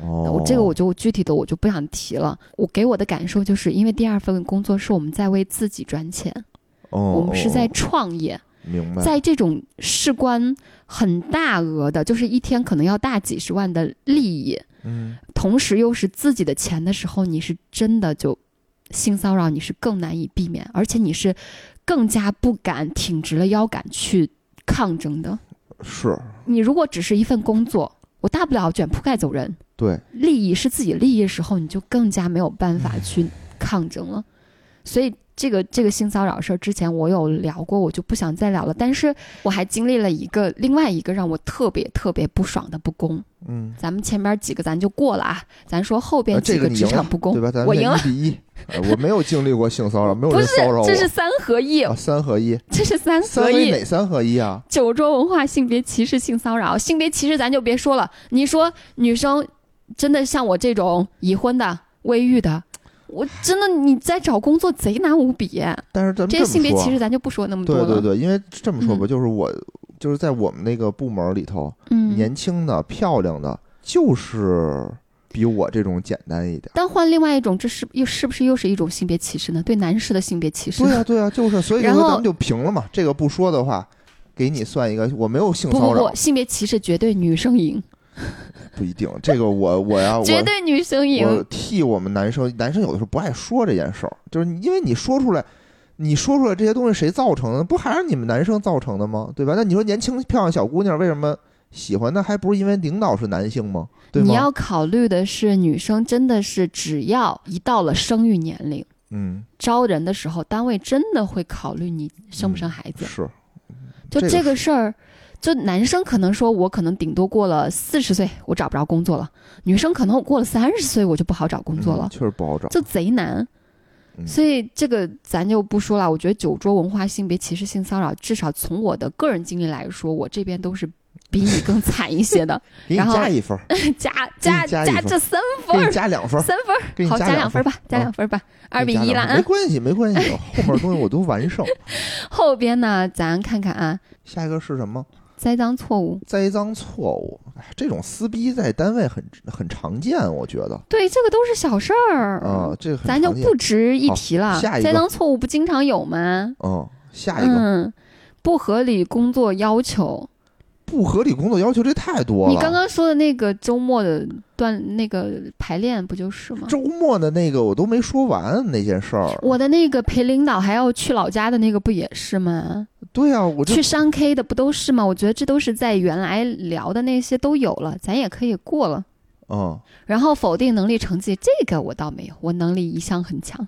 Speaker 3: 哦，
Speaker 1: 我这个我就具体的我就不想提了。我给我的感受就是因为第二份工作是我们在为自己赚钱，
Speaker 3: 哦，
Speaker 1: 我们是在
Speaker 3: 哦
Speaker 1: 创业，
Speaker 3: 明白，
Speaker 1: 在这种事关很大额的，就是一天可能要大几十万的利益，
Speaker 3: 嗯。
Speaker 1: 同时又是自己的钱的时候，你是真的就性骚扰，你是更难以避免，而且你是更加不敢挺直了腰杆去抗争的。
Speaker 3: 是
Speaker 1: 你如果只是一份工作，我大不了卷铺盖走人，
Speaker 3: 对，
Speaker 1: 利益是自己利益的时候，你就更加没有办法去抗争了。所以这个这个性骚扰事儿，之前我有聊过，我就不想再聊了。但是我还经历了一个另外一个让我特别特别不爽的不公。
Speaker 3: 嗯，
Speaker 1: 咱们前边几个咱就过了啊，咱说后边
Speaker 3: 呃
Speaker 1: 几
Speaker 3: 这个你
Speaker 1: 职
Speaker 3: 赢了
Speaker 1: 场不公，
Speaker 3: 对吧？咱
Speaker 1: 我
Speaker 3: 们
Speaker 1: 赢了
Speaker 3: 一，比一，呃我没有经历过性骚扰，没有
Speaker 1: 不
Speaker 3: 人
Speaker 1: 是
Speaker 3: 骚扰我。
Speaker 1: 这是三合一，
Speaker 3: 啊，三合一，
Speaker 1: 这是三
Speaker 3: 三
Speaker 1: 合
Speaker 3: 合一
Speaker 1: 一。
Speaker 3: 哪三合一啊？
Speaker 1: 酒桌文化、性别歧视、性骚扰、性别歧视，咱就别说了。你说女生真的像我这种已婚的、未育的，我真的你在找工作贼难无比。
Speaker 3: 但是咱们
Speaker 1: 这些
Speaker 3: 么
Speaker 1: 性别
Speaker 3: 说啊
Speaker 1: 歧视咱就不说那么多
Speaker 3: 对
Speaker 1: 了。
Speaker 3: 对对，因为这么说吧，
Speaker 1: 嗯
Speaker 3: 就是我就是在我们那个部门里头，
Speaker 1: 嗯，
Speaker 3: 年轻的、漂亮的，就是比我这种简单一点。
Speaker 1: 但换另外一种，这是又是不是又是一种性别歧视呢？对男士的性别歧视。
Speaker 3: 对啊，对啊，就是所以
Speaker 1: 然
Speaker 3: 说
Speaker 1: 后
Speaker 3: 咱们就平了嘛。这个不说的话，给你算一个，我没有性
Speaker 1: 不
Speaker 3: 骚
Speaker 1: 不
Speaker 3: 扰
Speaker 1: 不，，性别歧视绝对女生赢，
Speaker 3: 不一定。这个我我啊要我
Speaker 1: 绝对女生
Speaker 3: 我
Speaker 1: 赢。
Speaker 3: 替我们男生，男生有的时候不爱说这件事儿，就是你因为你说出来，你说出来这些东西谁造成的？不还是你们男生造成的吗？对吧？那你说年轻漂亮小姑娘为什么喜欢？那还不是因为领导是男性吗？对
Speaker 1: 你
Speaker 3: 吗？
Speaker 1: 要考虑的是，女生真的是只要一到了生育年龄。
Speaker 3: 嗯，
Speaker 1: 招人的时候，单位真的会考虑你生不生孩子。
Speaker 3: 嗯是
Speaker 1: 就
Speaker 3: 这个
Speaker 1: 这个事儿，就男生可能说我可能顶多过了四十岁，我找不着工作了；女生可能我过了三十岁，我就不好找工作了
Speaker 3: 嗯，确实不好找。
Speaker 1: 就贼难。
Speaker 3: 嗯
Speaker 1: 所以这个咱就不说了。我觉得酒桌文化、性别歧视、性骚扰，至少从我的个人经历来说，我这边都是比你更惨一些的。
Speaker 3: <laughs> 给你
Speaker 1: 然后
Speaker 3: 加一
Speaker 1: <laughs>
Speaker 3: 分儿，
Speaker 1: 加
Speaker 3: 给
Speaker 1: 加
Speaker 3: 你加一分
Speaker 1: 这三
Speaker 3: 给
Speaker 1: 分
Speaker 3: 你
Speaker 1: 儿，
Speaker 3: 加两分儿，
Speaker 1: 三分儿，
Speaker 3: 给你
Speaker 1: 好，加
Speaker 3: 两
Speaker 1: 两分儿
Speaker 3: 儿，
Speaker 1: 吧，加
Speaker 3: 啊
Speaker 1: 两分儿吧，二
Speaker 3: 给
Speaker 1: 比
Speaker 3: 你加
Speaker 1: 一了
Speaker 3: 两分儿
Speaker 1: 啊
Speaker 3: 没。关系，没关系，
Speaker 1: <laughs>
Speaker 3: 后面东西我都完胜。
Speaker 1: 后边呢，咱看看啊，
Speaker 3: 下一个是什么？
Speaker 1: 栽赃错误。
Speaker 3: 栽赃错误，哎，这种撕逼在单位很很常见，我觉得
Speaker 1: 对，这个都是小事儿
Speaker 3: 啊，，这个很
Speaker 1: 嗯咱就
Speaker 3: 常见
Speaker 1: 不值一提了
Speaker 3: 好下一。个
Speaker 1: 栽赃错误不经常有吗？
Speaker 3: 嗯，下一个
Speaker 1: 嗯，不合理工作要求。
Speaker 3: 不合理工作要求这太多了。
Speaker 1: 你刚刚说的那个周末的锻那个排练不就是吗？
Speaker 3: 周末的那个我都没说完那件事儿。
Speaker 1: 我的那个陪领导还要去老家的那个不也是吗？
Speaker 3: 对啊，我就
Speaker 1: 去商 K 的不都是吗？我觉得这都是在原来聊的那些都有了，咱也可以过了。
Speaker 3: 嗯，
Speaker 1: 然后否定能力成绩，这个我倒没有，我能力一向很强。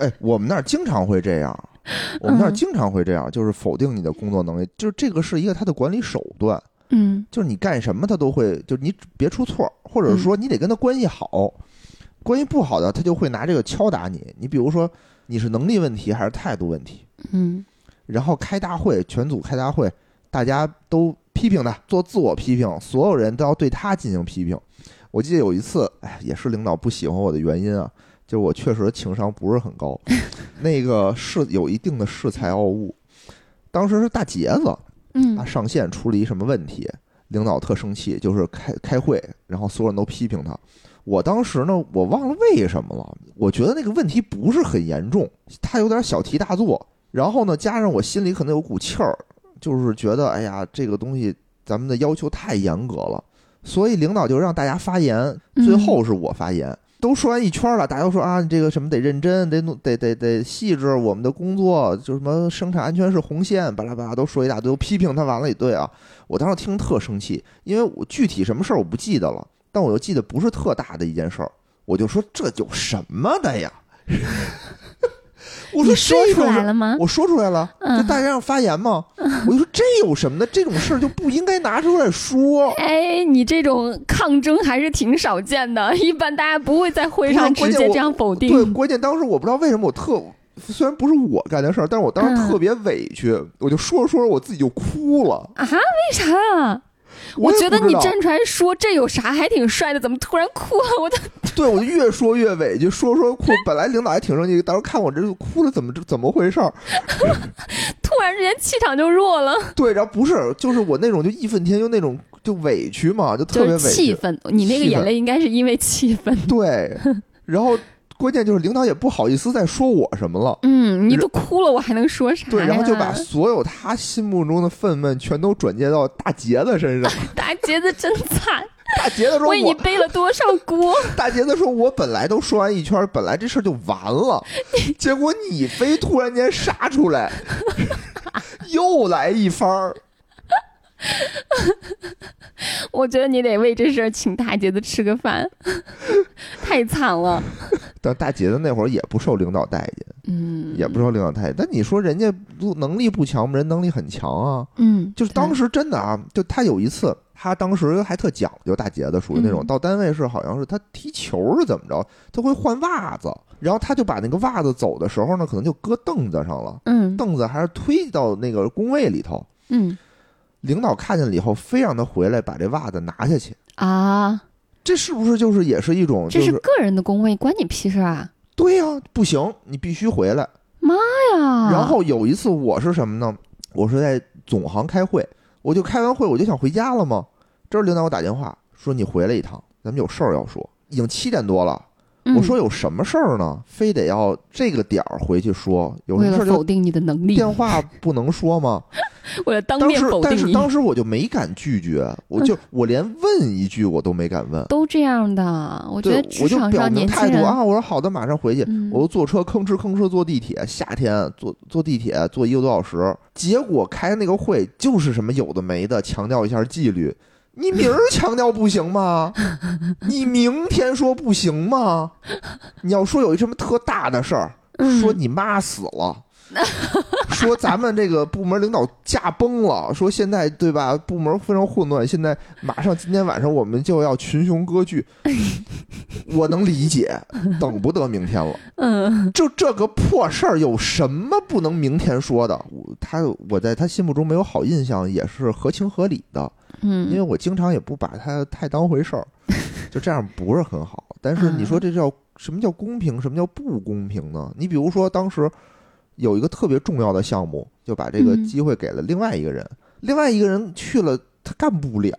Speaker 3: 哎，我们那儿经常会这样，我们那儿
Speaker 1: 嗯
Speaker 3: 经常会这样，就是否定你的工作能力，就是这个是一个他的管理手段。
Speaker 1: 嗯
Speaker 3: 就是你干什么他都会，就是你别出错，或者
Speaker 1: 嗯
Speaker 3: 说你得跟他关系好，关系不好的他就会拿这个敲打你。你比如说你是能力问题还是态度问题，
Speaker 1: 嗯
Speaker 3: 然后开大会，全组开大会，大家都批评他，做自我批评，所有人都要对他进行批评。我记得有一次，哎，也是领导不喜欢我的原因啊，就是我确实情商不是很高， <laughs> 那个是有一定的恃才傲物。当时是大杰子，他
Speaker 1: 嗯
Speaker 3: 上线出了一什么问题，领导特生气，就是开开会，然后所有人都批评他。我当时呢，我忘了为什么了，我觉得那个问题不是很严重，他有点小题大做。然后呢，加上我心里可能有股气儿，就是觉得哎呀，这个东西咱们的要求太严格了，所以领导就让大家发言，
Speaker 1: 嗯
Speaker 3: 最后是我发言。都说完一圈了，大家都说啊，你这个什么得认真，得努，得得得细致，我们的工作就什么生产安全是红线，巴拉巴拉都说一大堆，都批评他完了一堆啊。我当时听特生气，因为我具体什么事儿我不记得了，但我又记得不是特大的一件事儿，我就说这有什么的呀？ <laughs> 我
Speaker 1: 你
Speaker 3: 说
Speaker 1: 说
Speaker 3: 这
Speaker 1: 出
Speaker 3: 有什
Speaker 1: 来了吗？
Speaker 3: 我说出来了，
Speaker 1: 嗯
Speaker 3: 就大家让发言嘛。我就说这有什么的，这种事儿就不应该拿出来说。
Speaker 1: 哎，你这种抗争还是挺少见的，一般大家不会在 <laughs> 会上
Speaker 3: 不
Speaker 1: 直
Speaker 3: 是关键
Speaker 1: 接
Speaker 3: 我
Speaker 1: 这样否定。
Speaker 3: 对，关键当时我不知道为什么我特，虽然不是我干的事儿，但是我当时
Speaker 1: 嗯
Speaker 3: 特别委屈，我就说着说着我自己就哭了。
Speaker 1: 啊？为啥啊？我
Speaker 3: 也
Speaker 1: 觉得
Speaker 3: 不知
Speaker 1: 你
Speaker 3: 道
Speaker 1: 站出来说这有啥，还挺帅的，怎么突然哭了？我的
Speaker 3: 对，我就越说越委屈，说着说
Speaker 1: <laughs>
Speaker 3: 着哭。本来领导还挺生气，当时看我这就哭了，怎么这怎么回事儿？
Speaker 1: 突然之间气场就弱了，
Speaker 3: 对，然后不是，就是我那种就义愤填膺那种，就委屈嘛，就特
Speaker 1: 就
Speaker 3: 别
Speaker 1: 是
Speaker 3: 委屈。
Speaker 1: 气愤。你那个
Speaker 3: 气
Speaker 1: 眼
Speaker 3: 愤
Speaker 1: 泪应该是因为气愤。
Speaker 3: 对，然后关键就是领导也不好意思再说我什么了。
Speaker 1: <laughs> 嗯，你都哭了，我还能说啥呀？
Speaker 3: 对，然后就把所有他心目中的愤懑全都转借到大杰子身上。
Speaker 1: <laughs> 大杰子真
Speaker 3: <laughs>
Speaker 1: 惨，
Speaker 3: 大杰子说
Speaker 1: 为你
Speaker 3: 我，
Speaker 1: 背了多少锅？ <laughs>
Speaker 3: 大杰子说我本来都说完一圈，本来这事儿就完
Speaker 1: <laughs>
Speaker 3: 了，结果你非突然间杀出来，又来一番儿。
Speaker 1: 我觉得你得为这事儿请大杰子吃个饭， <laughs> 太惨了。
Speaker 3: 但大杰子那会儿也不受领导待见，
Speaker 1: 嗯，
Speaker 3: 也不受领导待见。但你说人家不能力不强，人能力很强啊。
Speaker 1: 嗯，
Speaker 3: 就是当
Speaker 1: 时
Speaker 3: 时真的啊，就他有一次，他当时还特讲究，大杰子属于那种
Speaker 1: 嗯
Speaker 3: 到单位是好像是他踢球是怎么着，他会换袜子，然后他就把那个袜子走的时候呢，可能就搁凳子上了，
Speaker 1: 嗯
Speaker 3: 凳子还是推到那个工位里头，
Speaker 1: 嗯
Speaker 3: 领导看见了以后，非让他回来把这袜子拿下去，
Speaker 1: 啊，
Speaker 3: 这是不是就是也是一种
Speaker 1: 这
Speaker 3: 就是
Speaker 1: 是个人的工位，关你屁事啊！
Speaker 3: 对呀、不行，你必须回来。
Speaker 1: 哎呀，
Speaker 3: 然后有一次我是什么呢？我是在总行开会，我就开完会我就想回家了嘛。这时候领导给我打电话说你回来一趟，咱们有事儿要说。已经七点多了，
Speaker 1: 嗯
Speaker 3: 我说有什么事儿呢？非得要这个点儿回去说？有什
Speaker 1: 为
Speaker 3: 么事
Speaker 1: 了
Speaker 3: 儿就
Speaker 1: 否定你的能力，
Speaker 3: 电话不能说吗？
Speaker 1: 为了 <laughs> 当
Speaker 3: 当
Speaker 1: 面
Speaker 3: 时
Speaker 1: 否
Speaker 3: 但
Speaker 1: 定
Speaker 3: 是
Speaker 1: 你，
Speaker 3: 当时我就没敢拒绝，我就我连问一句我都没敢问。
Speaker 1: 都这样的。我觉
Speaker 3: 对
Speaker 1: 得，职
Speaker 3: 我就
Speaker 1: 场
Speaker 3: 表
Speaker 1: 上
Speaker 3: 明
Speaker 1: 年
Speaker 3: 态
Speaker 1: 轻
Speaker 3: 度
Speaker 1: 人，
Speaker 3: 啊，我说好的，马上回去。
Speaker 1: 嗯
Speaker 3: 我就坐车吭哧吭哧坐地铁，夏天坐坐地铁坐一个多小时，结果开那个会就是什么有的没的，强调一下纪律。你明
Speaker 1: <laughs>
Speaker 3: 儿强调不行吗？你明天说不行吗？你要说有一什么特大的事儿，
Speaker 1: 嗯
Speaker 3: 说你妈死
Speaker 1: <laughs>
Speaker 3: 了，说咱们这个部门领导驾崩了，说现在对吧，部门非常混乱，现在马上今天晚上我们就要群雄
Speaker 1: <laughs>
Speaker 3: 割据，我能理解，等不得明天了。
Speaker 1: 嗯
Speaker 3: 就这个破事儿有什么不能明天说的？我他我在他心目中没有好印象，也是合情合理的，因为
Speaker 1: 嗯，
Speaker 3: 我经常也不把他太当
Speaker 1: <laughs>
Speaker 3: 回事儿，就这样不是很好。但是
Speaker 1: 嗯
Speaker 3: 你说这叫什么叫公平？什么叫不公平呢？你比如说当时有一个特别重要的项目，就把这个
Speaker 1: 嗯
Speaker 3: 机会给了另外一个人，另外一个人去了，他干不了，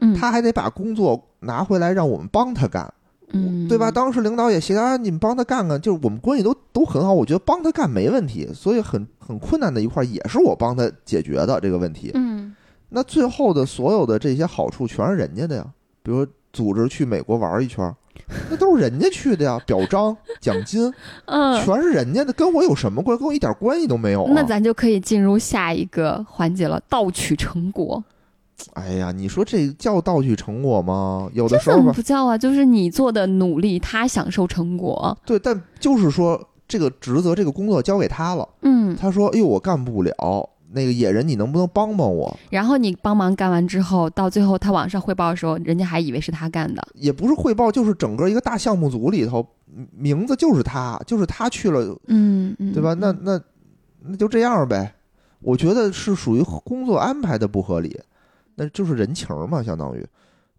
Speaker 1: 嗯
Speaker 3: 他还得把工作拿回来让我们帮他干。
Speaker 1: 嗯
Speaker 3: 对吧？？当时领导也协调，啊你们帮他干干，就是我们关系都都很好，我觉得帮他干没问题，所以很很困难的一块儿也是我帮他解决的这个问题。
Speaker 1: 嗯
Speaker 3: 那最后的所有的这些好处全是人家的呀，比如组织去美国玩一圈儿，那都是人家去的呀，表彰、奖金
Speaker 1: 嗯，
Speaker 3: 全是人家的，跟我有什么关？跟我一点关系都没有、啊。
Speaker 1: 那咱就可以进入下一个环节了，盗取成果。
Speaker 3: 哎呀，你说这叫盗取成果吗？有的时
Speaker 1: 这
Speaker 3: 候
Speaker 1: 怎
Speaker 3: 吧
Speaker 1: 么，不叫啊？就是你做的努力，他享受成果。
Speaker 3: 对，但就是说这个职责、这个工作交给他了。
Speaker 1: 嗯
Speaker 3: 他说：“哎呦，我干不了，那个野人，你能不能帮帮我？
Speaker 1: 然后你帮忙干完之后，到最后他往上汇报的时候，人家还以为是他干的。
Speaker 3: 也不是汇报，就是整个一个大项目组里头，嗯名字就是他，就是他去了，
Speaker 1: 嗯嗯，
Speaker 3: 对吧？那
Speaker 1: 嗯
Speaker 3: 那那就这样呗。我觉得是属于工作安排的不合理，那就是人情儿嘛，相当于。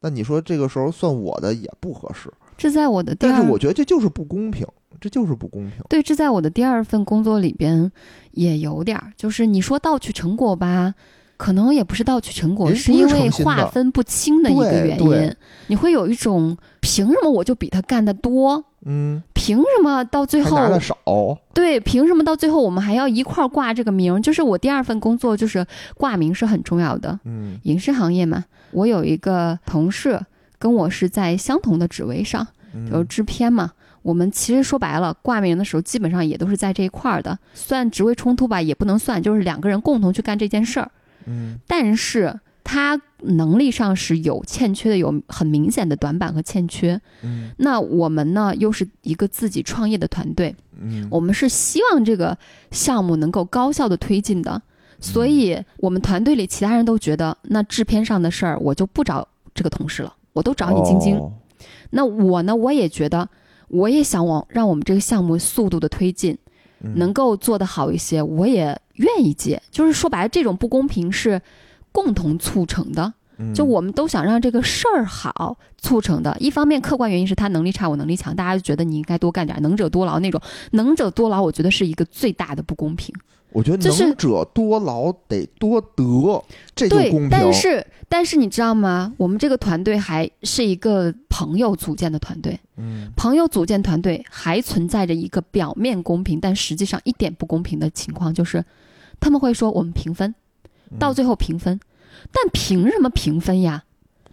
Speaker 3: 那你说这个时候算我的也不合适，
Speaker 1: 这在我的第
Speaker 3: 但
Speaker 1: 二
Speaker 3: 是我觉得这就是不公平，这就是不公平。
Speaker 1: 对，这在我的第二份工作里边也有点儿，就是你说盗取成果吧，可能也不是盗取成果，
Speaker 3: 人
Speaker 1: 是
Speaker 3: 不
Speaker 1: 因
Speaker 3: 是
Speaker 1: 为
Speaker 3: 诚心
Speaker 1: 划
Speaker 3: 的
Speaker 1: 分不清的一个
Speaker 3: 对
Speaker 1: 原
Speaker 3: 对
Speaker 1: 因，你会有一种凭什么我就比他干的多，
Speaker 3: 嗯，
Speaker 1: 凭什么到最
Speaker 3: 还拿
Speaker 1: 后
Speaker 3: 的少，
Speaker 1: 对，凭什么到最后我们还要一块儿挂这个名儿？就是我第二份工作就是挂名是很重要的，
Speaker 3: 嗯
Speaker 1: 影视行业嘛，我有一个同事跟我是在相同的职位上。有
Speaker 3: 嗯，
Speaker 1: 制片嘛。我们其实说白了，挂名的时候基本上也都是在这一块儿的，算职位冲突吧，也不能算，就是两个人共同去干这件事儿。
Speaker 3: 嗯
Speaker 1: 但是他能力上是有欠缺的，有很明显的短板和欠缺。
Speaker 3: 嗯
Speaker 1: 那我们呢，又是一个自己创业的团队，
Speaker 3: 嗯，
Speaker 1: 我们是希望这个项目能够高效的推进
Speaker 3: 嗯
Speaker 1: 的，所以我们团队里其他人都觉得，那制片上的事儿我就不找这个同事了，我都找你晶晶。
Speaker 3: 哦，
Speaker 1: 那我呢，我也觉得，我也想往让我们这个项目速度的推进，
Speaker 3: 嗯
Speaker 1: 能够做得好一些，我也愿意接。就是说白了，这种不公平是共同促成的，
Speaker 3: 嗯
Speaker 1: 就，我们都想让这个事儿好促成的。一方面，客观原因是他能力差，我能力强，大家就觉得你应该多干点，能者多劳那种。能者多劳，我觉得是一个最大的不公平。
Speaker 3: 嗯我觉得
Speaker 1: 就是
Speaker 3: 能者多劳得多得，这就
Speaker 1: 对
Speaker 3: 公，平
Speaker 1: 但。是但是你知道吗？我们这个团队还是一个朋友组建的团队。
Speaker 3: 嗯
Speaker 1: 朋友组建团队还存在着一个表面公平，但实际上一点不公平的情况，就是他们会说我们平分，
Speaker 3: 嗯
Speaker 1: 到最后平分，但凭什么平分呀？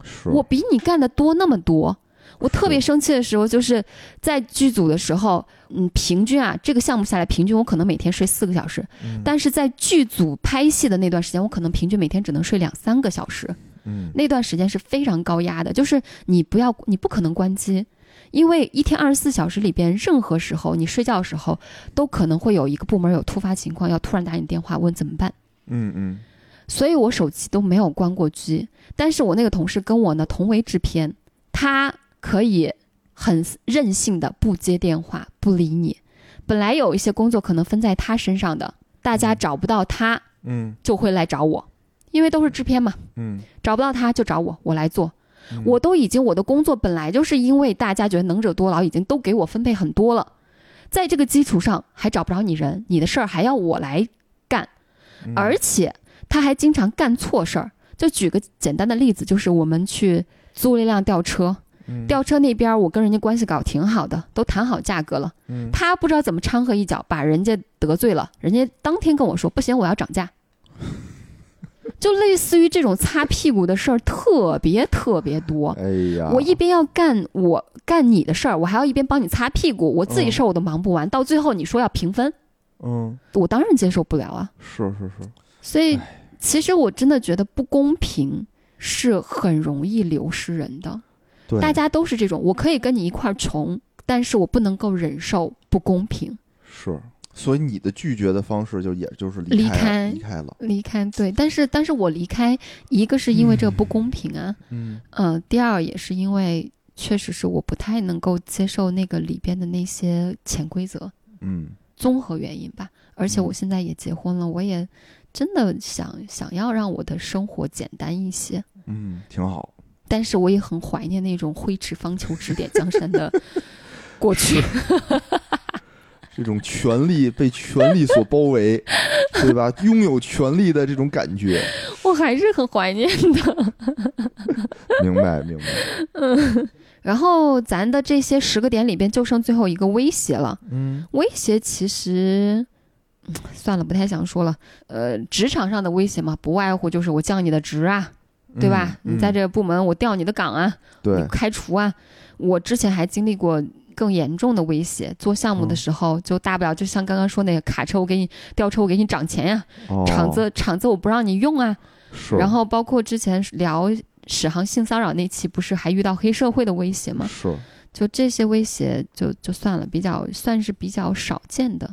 Speaker 3: 是
Speaker 1: 我比你干的多那么多。我特别
Speaker 3: 是
Speaker 1: 生气的时候，就是在剧组的时候，嗯，平均啊，这个项目下来，平均我可能每天睡四个小时，
Speaker 3: 嗯
Speaker 1: 但是在剧组拍戏的那段时间，我可能平均每天只能睡两三个小时。
Speaker 3: 嗯
Speaker 1: 那段时间是非常高压的，就是你不要，你不可能关机，因为一天二十四小时里边，任何时候你睡觉的时候，都可能会有一个部门有突发情况，要突然打你电话问怎么办。
Speaker 3: 嗯嗯
Speaker 1: 所以我手机都没有关过机，但是我那个同事跟我呢同为制片，他可以很任性的不接电话，不理你。本来有一些工作可能分在他身上的，大家找不到他
Speaker 3: 嗯
Speaker 1: 就会来找我，因为都是制片嘛，
Speaker 3: 嗯
Speaker 1: 找不到他就找我，我来做。
Speaker 3: 嗯，
Speaker 1: 我都已经我的工作本来就是因为大家觉得能者多劳，已经都给我分配很多了，在这个基础上还找不着你人，你的事儿还要我来，
Speaker 3: 嗯
Speaker 1: 而且他还经常干错事儿。就举个简单的例子，就是我们去租了一辆吊车，
Speaker 3: 嗯
Speaker 1: 吊车那边我跟人家关系搞挺好的，都谈好价格了，
Speaker 3: 嗯
Speaker 1: 他不知道怎么掺和一脚，把人家得罪了，人家当天跟我说不行，我要涨
Speaker 3: <laughs>
Speaker 1: 价。就类似于这种擦屁股的事儿特别特别多，
Speaker 3: 哎呀，
Speaker 1: 我一边要干我干你的事儿，我还要一边帮你擦屁股，我自己事儿我都忙不完，到最后你说要平分，
Speaker 3: 嗯
Speaker 1: 我当然接受不了啊。
Speaker 3: 是是是，
Speaker 1: 所以，其实我真的觉得不公平是很容易流失人的。
Speaker 3: 对，
Speaker 1: 大家都是这种，我可以跟你一块儿穷，但是我不能够忍受不公平。
Speaker 3: 是，所以你的拒绝的方式就也就是
Speaker 1: 离
Speaker 3: 开
Speaker 1: 开
Speaker 3: 离开了，
Speaker 1: 离开对，但是但是我离开，一个是因为这个不公平啊，
Speaker 3: 嗯
Speaker 1: 嗯、第二也是因为确实是我不太能够接受那个里边的那些潜规则。
Speaker 3: 嗯
Speaker 1: 综合原因吧。而且我
Speaker 3: 嗯
Speaker 1: 现在也结婚了，我也真的想想要让我的生活简单一些，
Speaker 3: 嗯，挺好。
Speaker 1: 但是我也很怀念那种挥斥方遒、指点江山
Speaker 3: <laughs>
Speaker 1: 的过去。
Speaker 3: 这种权力被权力所包
Speaker 1: <laughs>
Speaker 3: 围，对吧？拥有权力的这种感觉，
Speaker 1: 我还是很怀念的。
Speaker 3: 明白明白。
Speaker 1: 然后咱的这些十个点里边，就剩最后一个威胁了。
Speaker 3: 嗯
Speaker 1: 威胁其实。嗯算了，不太想说了。呃，职场上的威胁嘛，不外乎就是我降你的职啊， <laughs> 对吧？
Speaker 3: 嗯
Speaker 1: 你在这个部门我调你的岗啊，
Speaker 3: 对
Speaker 1: 你，开除啊！我之前还经历过更严重的威胁，做项目的
Speaker 3: 嗯
Speaker 1: 时候、就大不了就像刚刚说那个卡车，我给你吊车，我给你涨钱呀、
Speaker 3: 哦
Speaker 1: 厂子厂子我不让你用啊。
Speaker 3: 是，
Speaker 1: 然后包括之前聊史航性骚扰那期，不是还遇到黑社会的威胁吗？
Speaker 3: 是
Speaker 1: 就这些威胁就就算了，比较算是比较少见的。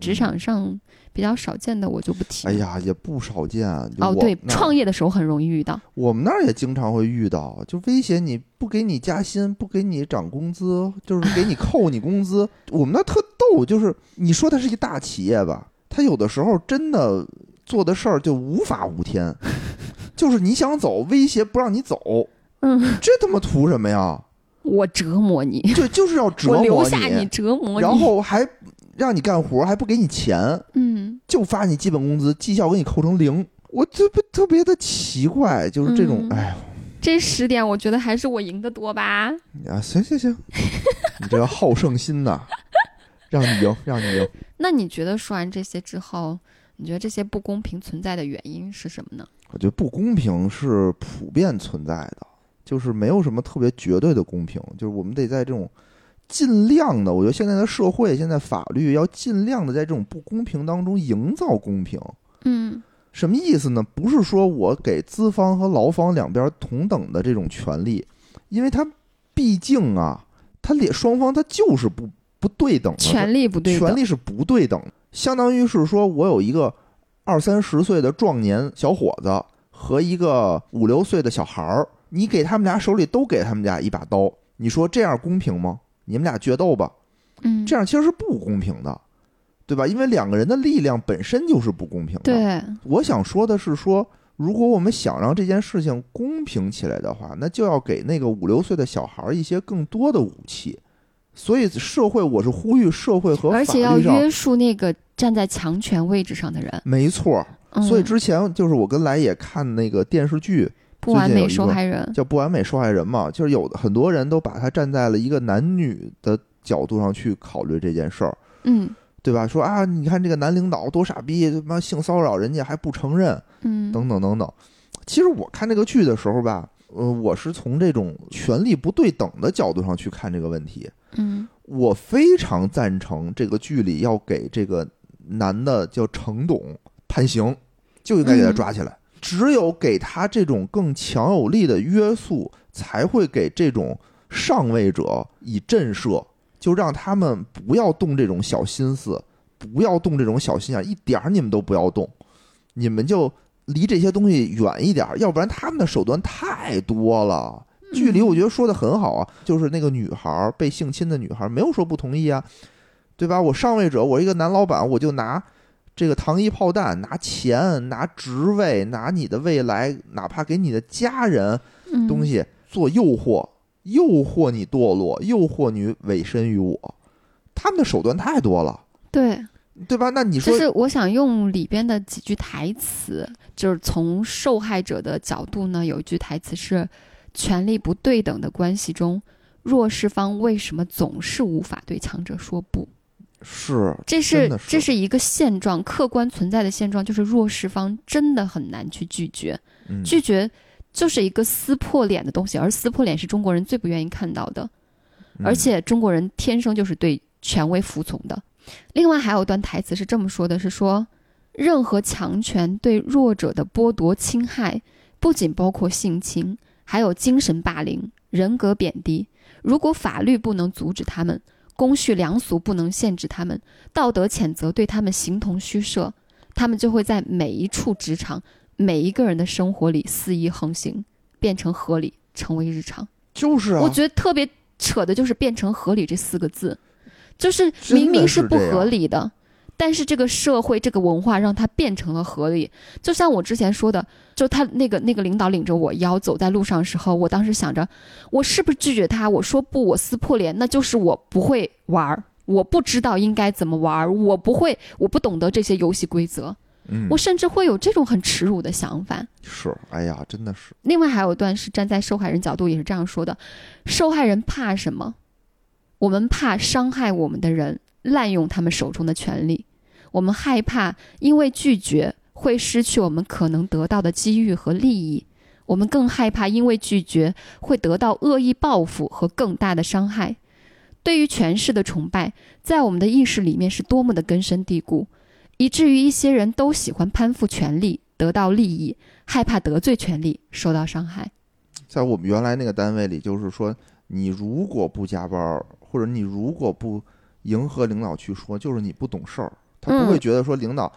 Speaker 1: 职场上比较少见的我就不提。
Speaker 3: 嗯哎，呀，也不少见。啊就
Speaker 1: 哦
Speaker 3: 我
Speaker 1: 对
Speaker 3: 们，那儿
Speaker 1: 创业的时候很容易遇到，
Speaker 3: 我们那儿也经常会遇到，就威胁你不给你加薪，不给你涨工资，就是给你扣你工资。我们那儿特逗，就是你说它是一大企业吧，它有的时候真的做的事儿就无法无天，就是你想走，威胁不让你走，
Speaker 1: 嗯，
Speaker 3: 这他妈图什么呀？
Speaker 1: 我折磨你，
Speaker 3: 就就是要折磨
Speaker 1: 我留下折磨你，
Speaker 3: 然后还让你干活，还不给你钱，
Speaker 1: 嗯，
Speaker 3: 就发你基本工资，绩效给你扣成零。我这不特别的奇怪，就是这种
Speaker 1: 嗯，
Speaker 3: 哎、
Speaker 1: 这十点我觉得还是我赢得多吧。
Speaker 3: 啊，行行 <laughs> 行，你这个好胜心呐，让你赢，让你赢。
Speaker 1: 那你觉得说完这些之后，你觉得这些不公平存在的原因是什么呢？
Speaker 3: 我觉得不公平是普遍存在的，就是没有什么特别绝对的公平，就是我们得在这种尽量的，我觉得现在的社会、现在法律要尽量的在这种不公平当中营造公平。
Speaker 1: 嗯
Speaker 3: 什么意思呢？不是说我给资方和劳方两边同等的这种权利，因为他毕竟啊，他两双方他就是不不对等的，
Speaker 1: 权利不对
Speaker 3: 权
Speaker 1: 等，
Speaker 3: 利是不对等的，相当于是说我有一个二三十岁的壮年小伙子和一个五六岁的小孩儿，你给他们俩手里都给他们俩一把刀，你说这样公平吗？你们俩决斗吧，
Speaker 1: 嗯，
Speaker 3: 这样其实是不公平的，对吧？因为两个人的力量本身就是不公平的。
Speaker 1: 对，
Speaker 3: 我想说的是说，如果我们想让这件事情公平起来的话，那就要给那个五六岁的小孩儿一些更多的武器。所以，社会我是呼吁社会和法
Speaker 1: 而
Speaker 3: 律
Speaker 1: 且要
Speaker 3: 上，
Speaker 1: 约束那个站在强权位置上的人。
Speaker 3: 没错儿。
Speaker 1: 嗯、
Speaker 3: 所以之前就是我跟来也看那个电视剧
Speaker 1: 不完
Speaker 3: 最近有
Speaker 1: 美
Speaker 3: 一
Speaker 1: 受
Speaker 3: 个
Speaker 1: 害人，
Speaker 3: 叫《不完美受害人》嘛，就是有的很多人都把它站在了一个男女的角度上去考虑这件事儿，
Speaker 1: 嗯
Speaker 3: 对吧？说啊，你看这个男领导多傻逼，他妈性骚扰人家还不承认，
Speaker 1: 嗯，
Speaker 3: 等等等等。其实我看这个剧的时候吧，呃，我是从这种权力不对等的角度上去看这个问题。
Speaker 1: 嗯
Speaker 3: 我非常赞成这个剧里要给这个男的叫程董判刑，就应该给他抓起来。只有给他这种更强有力的约束，才会给这种上位者以震慑，就让他们不要动这种小心思，不要动这种小心眼，一点儿你们都不要动，你们就离这些东西远一点儿，要不然他们的手段太多了。距
Speaker 1: 嗯
Speaker 3: 离我觉得说的很好啊，就是那个女孩儿被性侵的女孩儿没有说不同意啊，对吧？我上位者，我一个男老板，我就拿这个糖衣炮弹，拿钱，拿职位，拿你的未来，哪怕给你的家人
Speaker 1: 嗯
Speaker 3: 东西做诱惑，诱惑你堕落，诱惑你委身于我，他们的手段太多了，
Speaker 1: 对，
Speaker 3: 对吧？那你说
Speaker 1: 就是我想用里边的几句台词，就是从受害者的角度呢，有一句台词是：权力不对等的关系中，弱势方为什么总是无法对强者说不？
Speaker 3: 是
Speaker 1: 这
Speaker 3: 真
Speaker 1: 是
Speaker 3: 的是
Speaker 1: 这是一个现状，客观存在的现状，就是弱势方真的很难去拒绝，
Speaker 3: 嗯
Speaker 1: 拒绝就是一个撕破脸的东西，而撕破脸是中国人最不愿意看到的。
Speaker 3: 嗯
Speaker 1: 而且中国人天生就是对权威服从的。另外还有一段台词是这么说的：是说，任何强权对弱者的剥夺侵害，不仅包括性侵，还有精神霸凌、人格贬低。如果法律不能阻止他们，公序良俗不能限制他们，道德谴责对他们形同虚设，他们就会在每一处职场、每一个人的生活里肆意横行，变成合理，成为日常。
Speaker 3: 就是啊
Speaker 1: 我，觉得特别扯的就是“变成合理”这四个字，就是
Speaker 3: 真的
Speaker 1: 明明是
Speaker 3: 是
Speaker 1: 不
Speaker 3: 这样
Speaker 1: 合理的，但是这个社会这个文化让它变成了合理。就像我之前说的，就他那个那个领导领着我腰走在路上的时候，我当时想着，我是不是拒绝他？我说不，我撕破脸，那就是我不会玩儿。我不知道应该怎么玩儿，我不会，我不懂得这些游戏规则，
Speaker 3: 嗯
Speaker 1: 我甚至会有这种很耻辱的想法。
Speaker 3: 是，哎呀，真的是，
Speaker 1: 另外还有一段是站在受害人角度也是这样说的：受害人怕什么？我们怕伤害我们的人滥用他们手中的权利，我们害怕因为拒绝会失去我们可能得到的机遇和利益，我们更害怕因为拒绝会得到恶意报复和更大的伤害。对于权势的崇拜，在我们的意识里面是多么的根深蒂固，以至于一些人都喜欢攀附权力，得到利益，害怕得罪权利受到伤害。
Speaker 3: 在我们原来那个单位里，就是说，你如果不加班儿，或者你如果不迎合领导去说，就是你不懂事儿，他不
Speaker 1: 嗯
Speaker 3: 会觉得说领导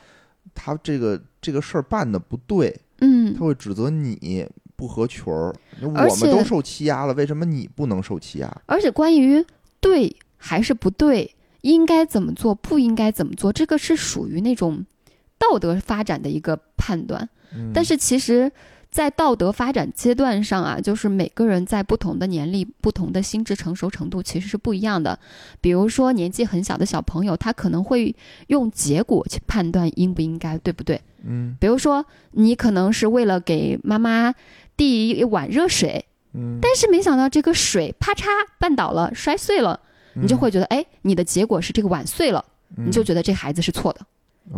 Speaker 3: 他这个这个事儿办的不对，
Speaker 1: 嗯
Speaker 3: 他，会指责你不合群儿。我
Speaker 1: 而且
Speaker 3: 们都受欺压了，为什么你不能受欺压？
Speaker 1: 而且关于对还是不对，应该怎么做，不应该怎么做，这个是属于那种道德发展的一个判断。
Speaker 3: 嗯
Speaker 1: 但是其实，在道德发展阶段上啊，就是每个人在不同的年龄、不同的心智成熟程度其实是不一样的。比如说年纪很小的小朋友，他可能会用结果去判断应不应该，对不对？
Speaker 3: 嗯
Speaker 1: 比如说，你可能是为了给妈妈递一碗热水，
Speaker 3: 嗯，
Speaker 1: 但是没想到这个水啪嚓绊倒了，摔碎了，你就会觉得，哎，你的结果是这个碗碎了，
Speaker 3: 嗯哦
Speaker 1: 你就觉得这孩子是错的。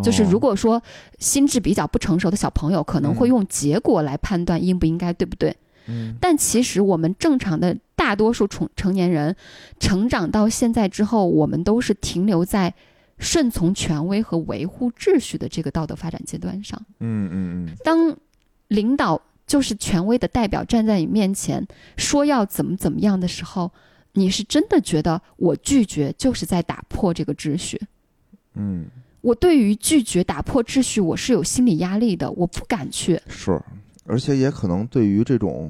Speaker 1: 就是如果说心智比较不成熟的小朋友，可能会
Speaker 3: 嗯
Speaker 1: 用结果来判断应不应该，对不对？
Speaker 3: 嗯
Speaker 1: 但其实我们正常的大多数成成年人，成长到现在之后，我们都是停留在顺从权威和维护秩序的这个道德发展阶段上。
Speaker 3: 嗯嗯嗯
Speaker 1: 当领导就是权威的代表站在你面前说要怎么怎么样的时候，你是真的觉得我拒绝就是在打破这个秩序。
Speaker 3: 嗯
Speaker 1: 我对于拒绝打破秩序，我是有心理压力的，我不敢去。
Speaker 3: 是，而且也可能对于这种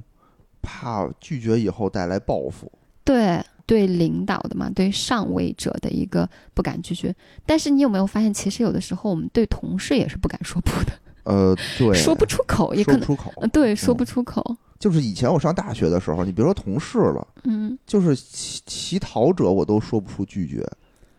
Speaker 3: 怕拒绝以后带来报复，
Speaker 1: 对对，领导的嘛，对上位者的一个不敢拒绝。但是你有没有发现，其实有的时候我们对同事也是不敢说不的，
Speaker 3: 呃，对，
Speaker 1: 说不出口，也
Speaker 3: 说
Speaker 1: 可
Speaker 3: 不
Speaker 1: 能
Speaker 3: 出口
Speaker 1: 呃。对说
Speaker 3: 嗯
Speaker 1: 不出口。
Speaker 3: 就是以前我上大学的时候，你别说同事了，
Speaker 1: 嗯
Speaker 3: 就是乞乞讨者我都说不出拒绝。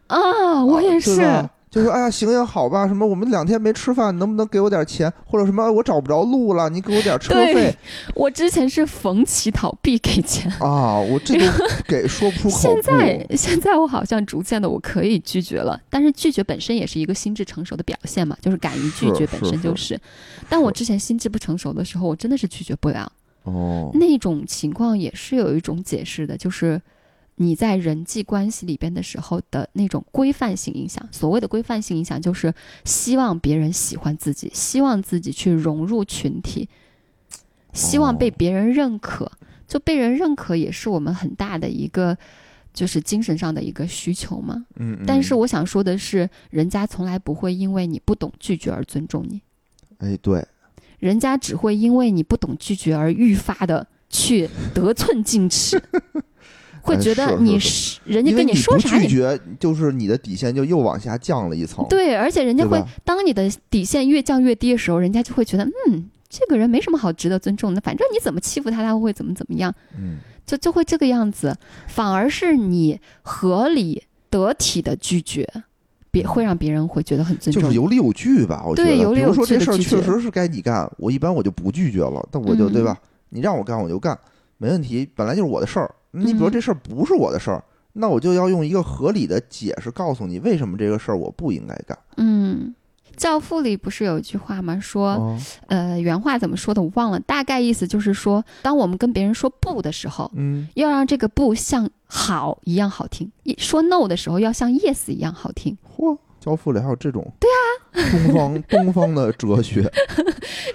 Speaker 1: 啊，我也
Speaker 3: 对
Speaker 1: 是，
Speaker 3: 吧就是哎呀，行也好吧，什么我们两天没吃饭，能不能给我点钱？或者什么我找不着路了，你给我点车费
Speaker 1: 对我之前是逢乞讨必给钱，
Speaker 3: 啊！我这都
Speaker 1: <laughs>
Speaker 3: 给说不出口
Speaker 1: 现
Speaker 3: 不。
Speaker 1: 在现在我好像逐渐的我可以拒绝了，但是拒绝本身也是一个心智成熟的表现嘛，就是敢于拒
Speaker 3: 是
Speaker 1: 绝本
Speaker 3: 是
Speaker 1: 身就是但我之前心智不成熟的时候，我真的是拒绝不了。
Speaker 3: 哦，
Speaker 1: 那种情况也是有一种解释的，就是你在人际关系里边的时候的那种规范性影响。所谓的规范性影响，就是希望别人喜欢自己，希望自己去融入群体，希望被
Speaker 3: 哦
Speaker 1: 别人认可。就被人认可，也是我们很大的一个。就是精神上的一个需求嘛，
Speaker 3: 嗯，嗯
Speaker 1: 但是我想说的是，人家从来不会因为你不懂拒绝而尊重你，
Speaker 3: 哎，对，
Speaker 1: 人家只会因为你不懂拒绝而愈发的去得寸进
Speaker 3: <laughs>
Speaker 1: 尺，会觉
Speaker 3: 哎
Speaker 1: 得
Speaker 3: 是
Speaker 1: 你
Speaker 3: 是
Speaker 1: 是人家
Speaker 3: 因为
Speaker 1: 跟
Speaker 3: 你
Speaker 1: 说
Speaker 3: 不
Speaker 1: 啥
Speaker 3: 拒
Speaker 1: 你。
Speaker 3: 绝，就是你的底线就又往下降了一层。
Speaker 1: 对，而且人家
Speaker 3: 对
Speaker 1: 会
Speaker 3: 吧
Speaker 1: 当你的底线越降越低的时候，人家就会觉得，嗯，这个人没什么好值得尊重的，反正你怎么欺负他，他会怎么怎么样，
Speaker 3: 嗯，
Speaker 1: 就就会这个样子。反而是你合理得体的拒绝，别会让别人会觉得很尊
Speaker 3: 就
Speaker 1: 重。
Speaker 3: 是有理有据吧，我觉得。
Speaker 1: 对有理
Speaker 3: 比如
Speaker 1: 有
Speaker 3: 说
Speaker 1: 据
Speaker 3: 这
Speaker 1: 的
Speaker 3: 事儿
Speaker 1: 拒
Speaker 3: 确
Speaker 1: 绝
Speaker 3: 实是该你干，我一般我就不拒绝了，但我就、对
Speaker 1: 嗯
Speaker 3: 吧？你让我干我就干，没问题，本来就是我的事儿。你比如
Speaker 1: 嗯
Speaker 3: 这事儿不是我的事儿，那我就要用一个合理的解释告诉你为什么这个事儿我不应该干。
Speaker 1: 嗯，《教父》里不是有一句话吗？说，
Speaker 3: 哦，
Speaker 1: 呃，原话怎么说的我忘了，大概意思就是说，当我们跟别人说不的时候，
Speaker 3: 嗯
Speaker 1: 要让这个不像好一样好听；一说 no 的时候，要像 yes 一样好听。
Speaker 3: 嚯，教父里还有这
Speaker 1: <laughs>
Speaker 3: 种？对啊，东方东方的哲学，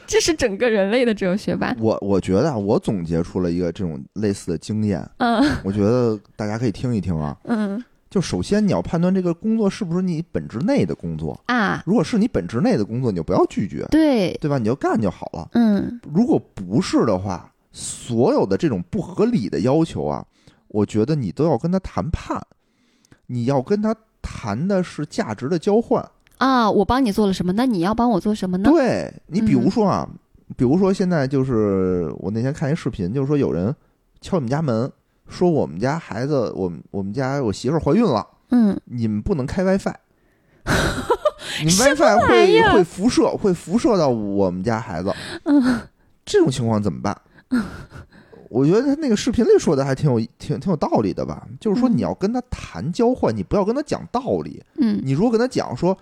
Speaker 1: 这是整个人类的哲学吧？
Speaker 3: 我我觉得啊，我总结出了一个这种类似的经验，
Speaker 1: 嗯
Speaker 3: 我觉得大家可以听一听啊。
Speaker 1: 嗯
Speaker 3: 就首先你要判断这个工作是不是你本职内的工作，
Speaker 1: 啊，
Speaker 3: 如果是你本职内的工作，你就不要拒绝，
Speaker 1: 对，
Speaker 3: 对吧？你就干就好了。
Speaker 1: <laughs> 嗯
Speaker 3: 如果不是的话，所有的这种不合理的要求啊，我觉得你都要跟他谈判，你要跟他谈的是价值的交换。
Speaker 1: 啊，我帮你做了什么？那你要帮我做什么呢？嗯
Speaker 3: 对你，比如说啊，比如说现在就是我那天看一视频，就是说有人敲你们家门，说我们家孩子，我们我们家我媳妇儿怀孕了，
Speaker 1: 嗯，
Speaker 3: 你们不能
Speaker 1: <laughs>
Speaker 3: 开 WiFi。你们
Speaker 1: 什么
Speaker 3: WiFi
Speaker 1: 玩意
Speaker 3: 会
Speaker 1: 儿
Speaker 3: 会辐射，会辐射到我们家孩子。
Speaker 1: 嗯
Speaker 3: <laughs> 这种情况怎么办？我觉得他那个视频里说的还挺有挺挺有道理的吧，就是说
Speaker 1: 嗯
Speaker 3: 你要跟他谈交换，你不要跟他讲道理。
Speaker 1: 嗯
Speaker 3: 你如果跟他讲说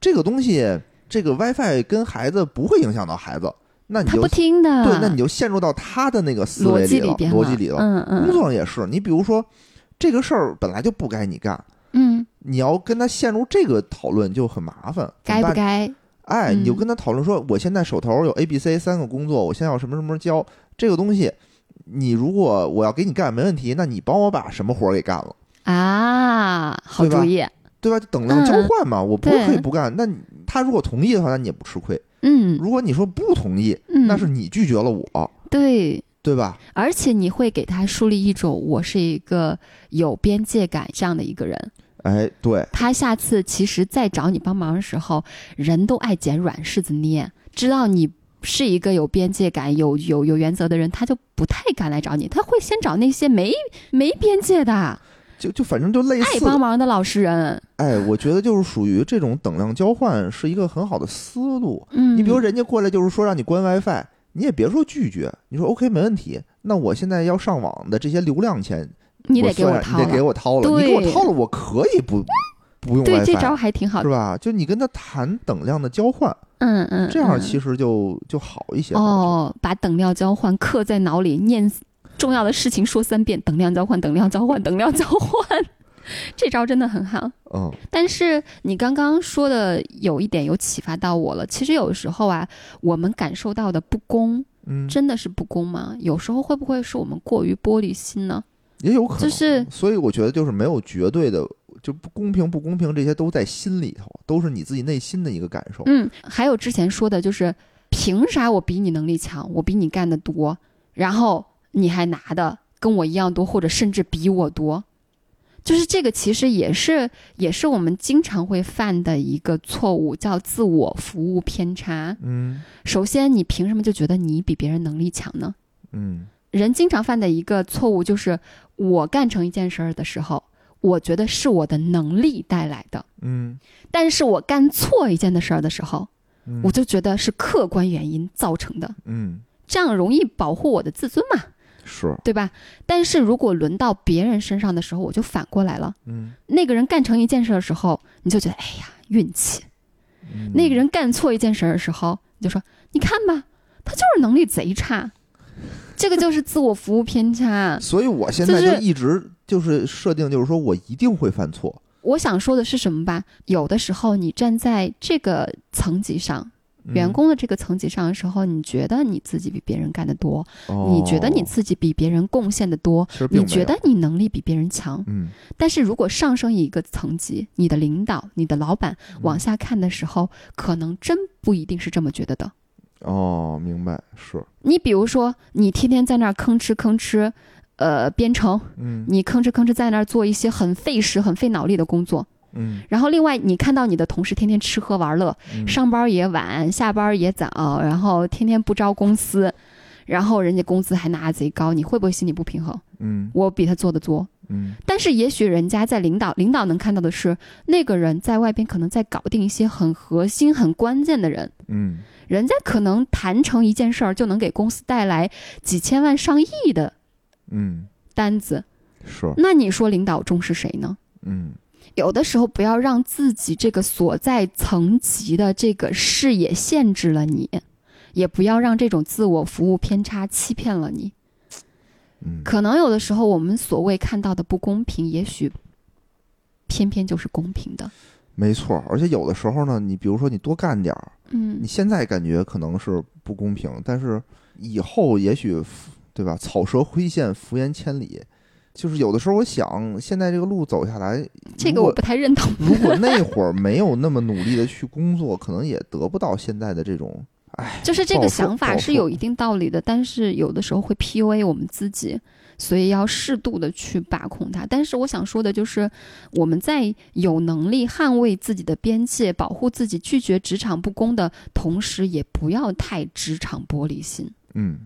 Speaker 3: 这个东西，这个 WiFi 跟孩子不会影响到孩子，那你
Speaker 1: 他
Speaker 3: 就
Speaker 1: 不听的，
Speaker 3: 对，那你就陷入到他的那个思维
Speaker 1: 逻辑
Speaker 3: 里了，
Speaker 1: 边
Speaker 3: 逻辑里了。
Speaker 1: 嗯
Speaker 3: 工
Speaker 1: 嗯
Speaker 3: 作上也是，你比如说这个事儿本来就不该你干，
Speaker 1: 嗯，
Speaker 3: 你要跟他陷入这个讨论就很麻烦，
Speaker 1: 该
Speaker 3: 怎
Speaker 1: 不
Speaker 3: 么办？
Speaker 1: 该？
Speaker 3: 哎，
Speaker 1: 嗯
Speaker 3: 你就跟他讨论说，我现在手头有 A、B、C 三个工作，我现在要什么什么交这个东西，你如果我要给你干没问题，那你帮我把什么活儿给干了，
Speaker 1: 啊，好
Speaker 3: 对吧
Speaker 1: 主意，
Speaker 3: 对吧？就等量
Speaker 1: 嗯
Speaker 3: 交换嘛，我不是可以
Speaker 1: 对
Speaker 3: 不干。那你他如果同意的话，那你也不吃亏；
Speaker 1: 嗯
Speaker 3: 如果你说不同意，
Speaker 1: 嗯，
Speaker 3: 那是你拒绝了我，
Speaker 1: 对，
Speaker 3: 对吧？
Speaker 1: 而且你会给他树立一种我是一个有边界感这样的一个人。
Speaker 3: 哎，对，
Speaker 1: 他下次其实再找你帮忙的时候，人都爱捡软柿子捏，知道你是一个有边界感、有有有原则的人，他就不太敢来找你，他会先找那些没没边界的、
Speaker 3: 就就反正就类
Speaker 1: 爱
Speaker 3: 似
Speaker 1: 帮忙的老实人。
Speaker 3: 哎，我觉得就是属于这种等量交换是一个很好的思路。
Speaker 1: 嗯，
Speaker 3: 你比如人家过来就是说让你关 WiFi，你也别说拒绝，你说 OK 没问题。那我现在要上网的这些流量钱，
Speaker 1: 你
Speaker 3: 我
Speaker 1: 得给
Speaker 3: 算
Speaker 1: 我
Speaker 3: 上
Speaker 1: 掏
Speaker 3: 你得给
Speaker 1: 了，
Speaker 3: 我掏了，你给
Speaker 1: 对
Speaker 3: 我掏了，我可以不不用
Speaker 1: 对这招
Speaker 3: WiFi，
Speaker 1: 还挺好
Speaker 3: 是
Speaker 1: 的。
Speaker 3: 吧？就你跟他谈等量的交换，
Speaker 1: 嗯嗯，
Speaker 3: 这样
Speaker 1: 嗯
Speaker 3: 其实就就好一些。
Speaker 1: 哦，把等量交换刻在脑里，念重要的事情说三遍：等量交换，等量交换，等量交换。 <laughs> 这招真的很好。
Speaker 3: 嗯，
Speaker 1: 但是你刚刚说的有一点有启发到我了。其实有时候啊，我们感受到的不公，
Speaker 3: 嗯，
Speaker 1: 真的是不公吗？有时候会不会是我们过于玻璃心呢？
Speaker 3: 也有可能。
Speaker 1: 就是
Speaker 3: 所以我觉得就是没有绝对的，就不公平不公平这些都在心里头，都是你自己内心的一个感受。
Speaker 1: 嗯，还有之前说的就是，凭啥我比你能力强，我比你干得多，然后你还拿的跟我一样多，或者甚至比我多，就是这个其实也是也是我们经常会犯的一个错误，叫自我服务偏差。
Speaker 3: 嗯
Speaker 1: 首先，你凭什么就觉得你比别人能力强呢？
Speaker 3: 嗯
Speaker 1: 人经常犯的一个错误就是，我干成一件事儿的时候，我觉得是我的能力带来的，
Speaker 3: 嗯
Speaker 1: 但是我干错一件的事儿的时候，
Speaker 3: 嗯
Speaker 1: 我就觉得是客观原因造成的，
Speaker 3: 嗯
Speaker 1: 这样容易保护我的自尊嘛，
Speaker 3: 是
Speaker 1: 对吧？但是如果轮到别人身上的时候，我就反过来了。
Speaker 3: 嗯
Speaker 1: 那个人干成一件事的时候，你就觉得哎呀运气；
Speaker 3: 嗯
Speaker 1: 那个人干错一件事的时候，你就说你看吧，他就是能力贼差。这个就是自我服务偏差。
Speaker 3: 所以我现在
Speaker 1: 就
Speaker 3: 就是一直就是设定，就是说我一定会犯错。
Speaker 1: 我想说的是什么吧？有的时候你站在这个层级上，
Speaker 3: 嗯
Speaker 1: 员，工的这个层级上的时候，你觉得你自己比别人干得多，
Speaker 3: 哦
Speaker 1: 你觉得你自己比别人贡献的多，
Speaker 3: 其实并
Speaker 1: 你
Speaker 3: 没有
Speaker 1: 觉得你能力比别人强，
Speaker 3: 嗯
Speaker 1: 但是如果上升一个层级，你的领导、你的老
Speaker 3: 嗯
Speaker 1: 板往下看的时候，可能真不一定是这么觉得的。
Speaker 3: 哦，明白是
Speaker 1: 你比如说，你天天在那儿吭哧吭哧，呃，编程，
Speaker 3: 嗯
Speaker 1: 你吭哧吭哧在那儿做一些很费时、很费脑力的工作，
Speaker 3: 嗯
Speaker 1: 然后另外你看到你的同事天天吃喝玩乐，
Speaker 3: 嗯
Speaker 1: 上班也晚，下班也早，然后天天不招公司，然后人家工资还拿得贼高，你会不会心里不平衡？
Speaker 3: 嗯
Speaker 1: 我比他做的多，
Speaker 3: 嗯
Speaker 1: 但是也许人家在领导领导能看到的是，那个人在外边可能在搞定一些很核心、很关键的人，
Speaker 3: 嗯
Speaker 1: 人家可能谈成一件事儿就能给公司带来几千万、上亿的
Speaker 3: 嗯
Speaker 1: 单子。
Speaker 3: 是
Speaker 1: 那你说领导重视谁呢？
Speaker 3: 嗯
Speaker 1: 有的时候不要让自己这个所在层级的这个视野限制了你，也不要让这种自我服务偏差欺骗了你。
Speaker 3: 嗯
Speaker 1: 可能有的时候我们所谓看到的不公平，也许偏偏就是公平的。
Speaker 3: 没错。而且有的时候呢，你比如说你多干点儿，
Speaker 1: 嗯
Speaker 3: 你，现在感觉可能是不公平，但是以后也许，对吧？草蛇灰线，福延千里。就是有的时候，我想现在这个路走下来，
Speaker 1: 这
Speaker 3: 如
Speaker 1: 个
Speaker 3: 果
Speaker 1: 我不太认同。
Speaker 3: <laughs> 如果那会儿没有那么努力的去工作，可能也得不到现在的这种，
Speaker 1: 就是这
Speaker 3: 报
Speaker 1: 个
Speaker 3: 复
Speaker 1: 想法
Speaker 3: 报
Speaker 1: 是
Speaker 3: 复
Speaker 1: 有一定道理的，但是有的时候会 PUA 我们自己，所以要适度的去把控它。但是我想说的就是，我们在有能力捍卫自己的边界、保护自己、拒绝职场不公的同时，也不要太职场玻璃心。
Speaker 3: 嗯，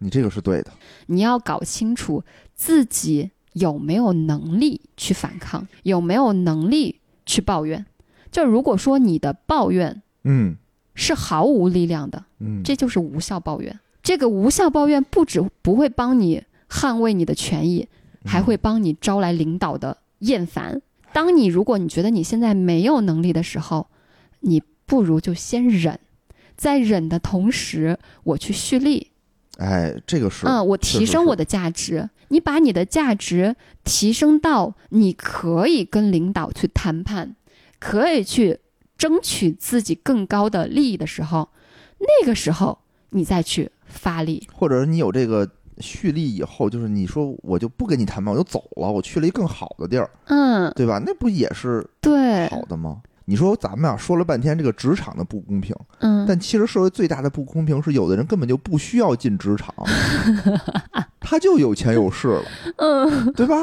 Speaker 3: 你这个是对的，
Speaker 1: 你要搞清楚自己有没有能力去反抗，有没有能力去抱怨。就如果说你的抱怨
Speaker 3: 嗯
Speaker 1: 是毫无力量的，
Speaker 3: 嗯，
Speaker 1: 这就是无效抱怨。这个无效抱怨不止不会帮你捍卫你的权益，
Speaker 3: 嗯
Speaker 1: 还会帮你招来领导的厌烦。当你如果你觉得你现在没有能力的时候，你不如就先忍，在忍的同时，我去蓄力，
Speaker 3: 哎，这个是，
Speaker 1: 嗯，我
Speaker 3: 是
Speaker 1: 提
Speaker 3: 是
Speaker 1: 升
Speaker 3: 是
Speaker 1: 我的价值。你把你的价值提升到你可以跟领导去谈判，可以去争取自己更高的利益的时候，那个时候你再去发力。
Speaker 3: 或者是你有这个蓄力以后，就是你说我就不跟你谈判，我就走了，我去了一更好的地儿，
Speaker 1: 嗯，
Speaker 3: 对吧？那不也是
Speaker 1: 对，
Speaker 3: 好的吗？你说咱们啊，说了半天这个职场的不公平，
Speaker 1: 嗯，
Speaker 3: 但其实社会最大的不公平是，有的人根本就不需要进职
Speaker 1: <laughs>
Speaker 3: 场，他就有钱有势了，
Speaker 1: 嗯，
Speaker 3: 对吧？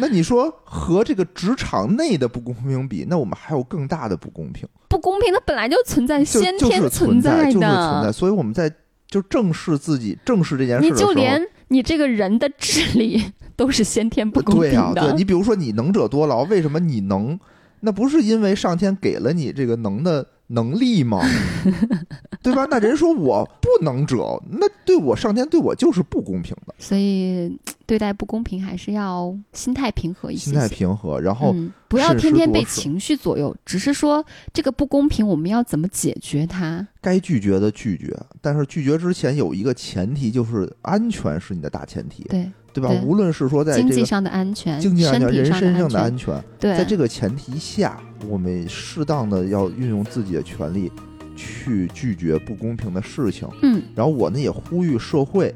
Speaker 3: 那你说和这个职场内的不公平比，那我们还有更大的不公平，
Speaker 1: 不公平的本来就存在，
Speaker 3: 就
Speaker 1: 先
Speaker 3: 就是
Speaker 1: 天
Speaker 3: 存
Speaker 1: 在
Speaker 3: 就是存在。
Speaker 1: 的，
Speaker 3: 所以我们在就正视自己，正视这件事
Speaker 1: 你
Speaker 3: 的时候
Speaker 1: 就，连你这个人的智力 <laughs> 都是先天不公
Speaker 3: 对啊，
Speaker 1: 平
Speaker 3: 对
Speaker 1: 的
Speaker 3: 你，比如说你能者多劳，为什么你能？那不是因为上天给了你这个能的能
Speaker 1: <laughs>
Speaker 3: 力吗？对吧？那人说我不能者，那对我上天对我就是不公平的。
Speaker 1: 所以对待不公平还是要心态平和一些
Speaker 3: 心
Speaker 1: 些，
Speaker 3: 态平和，然后
Speaker 1: 嗯，不要
Speaker 3: 事
Speaker 1: 天
Speaker 3: 实
Speaker 1: 天
Speaker 3: 多
Speaker 1: 被
Speaker 3: 是
Speaker 1: 情绪左右，只是说这个不公平，我们要怎么解决它？
Speaker 3: 该拒绝的拒绝，但是拒绝之前有一个前提，就是安全是你的大前提，
Speaker 1: 对，
Speaker 3: 对吧？
Speaker 1: 对
Speaker 3: 无论是说在
Speaker 1: 经
Speaker 3: 这
Speaker 1: 济
Speaker 3: 个
Speaker 1: 上的安全，
Speaker 3: 经济安全、
Speaker 1: 身体
Speaker 3: 人身
Speaker 1: 上
Speaker 3: 上的
Speaker 1: 安
Speaker 3: 安
Speaker 1: 全，
Speaker 3: 全，
Speaker 1: 对，
Speaker 3: 在这个前提下，我们适当的要运用自己的权利去拒绝不公平的事情。
Speaker 1: 嗯
Speaker 3: 然后我呢也呼吁社会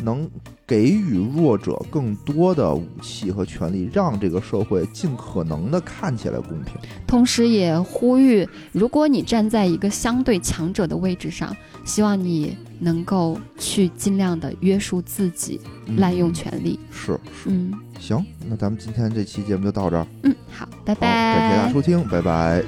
Speaker 3: 能给予弱者更多的武器和权利，让这个社会尽可能的看起来公平。
Speaker 1: 同时也呼吁，如果你站在一个相对强者的位置上，希望你能够去尽量的约束自己，
Speaker 3: 嗯
Speaker 1: 滥用权利。
Speaker 3: 是是，
Speaker 1: 嗯
Speaker 3: 行，那咱们今天这期节目就到这儿。
Speaker 1: 嗯，好，拜
Speaker 3: 好，感谢大家啊
Speaker 1: 拜。
Speaker 3: 收听，拜拜。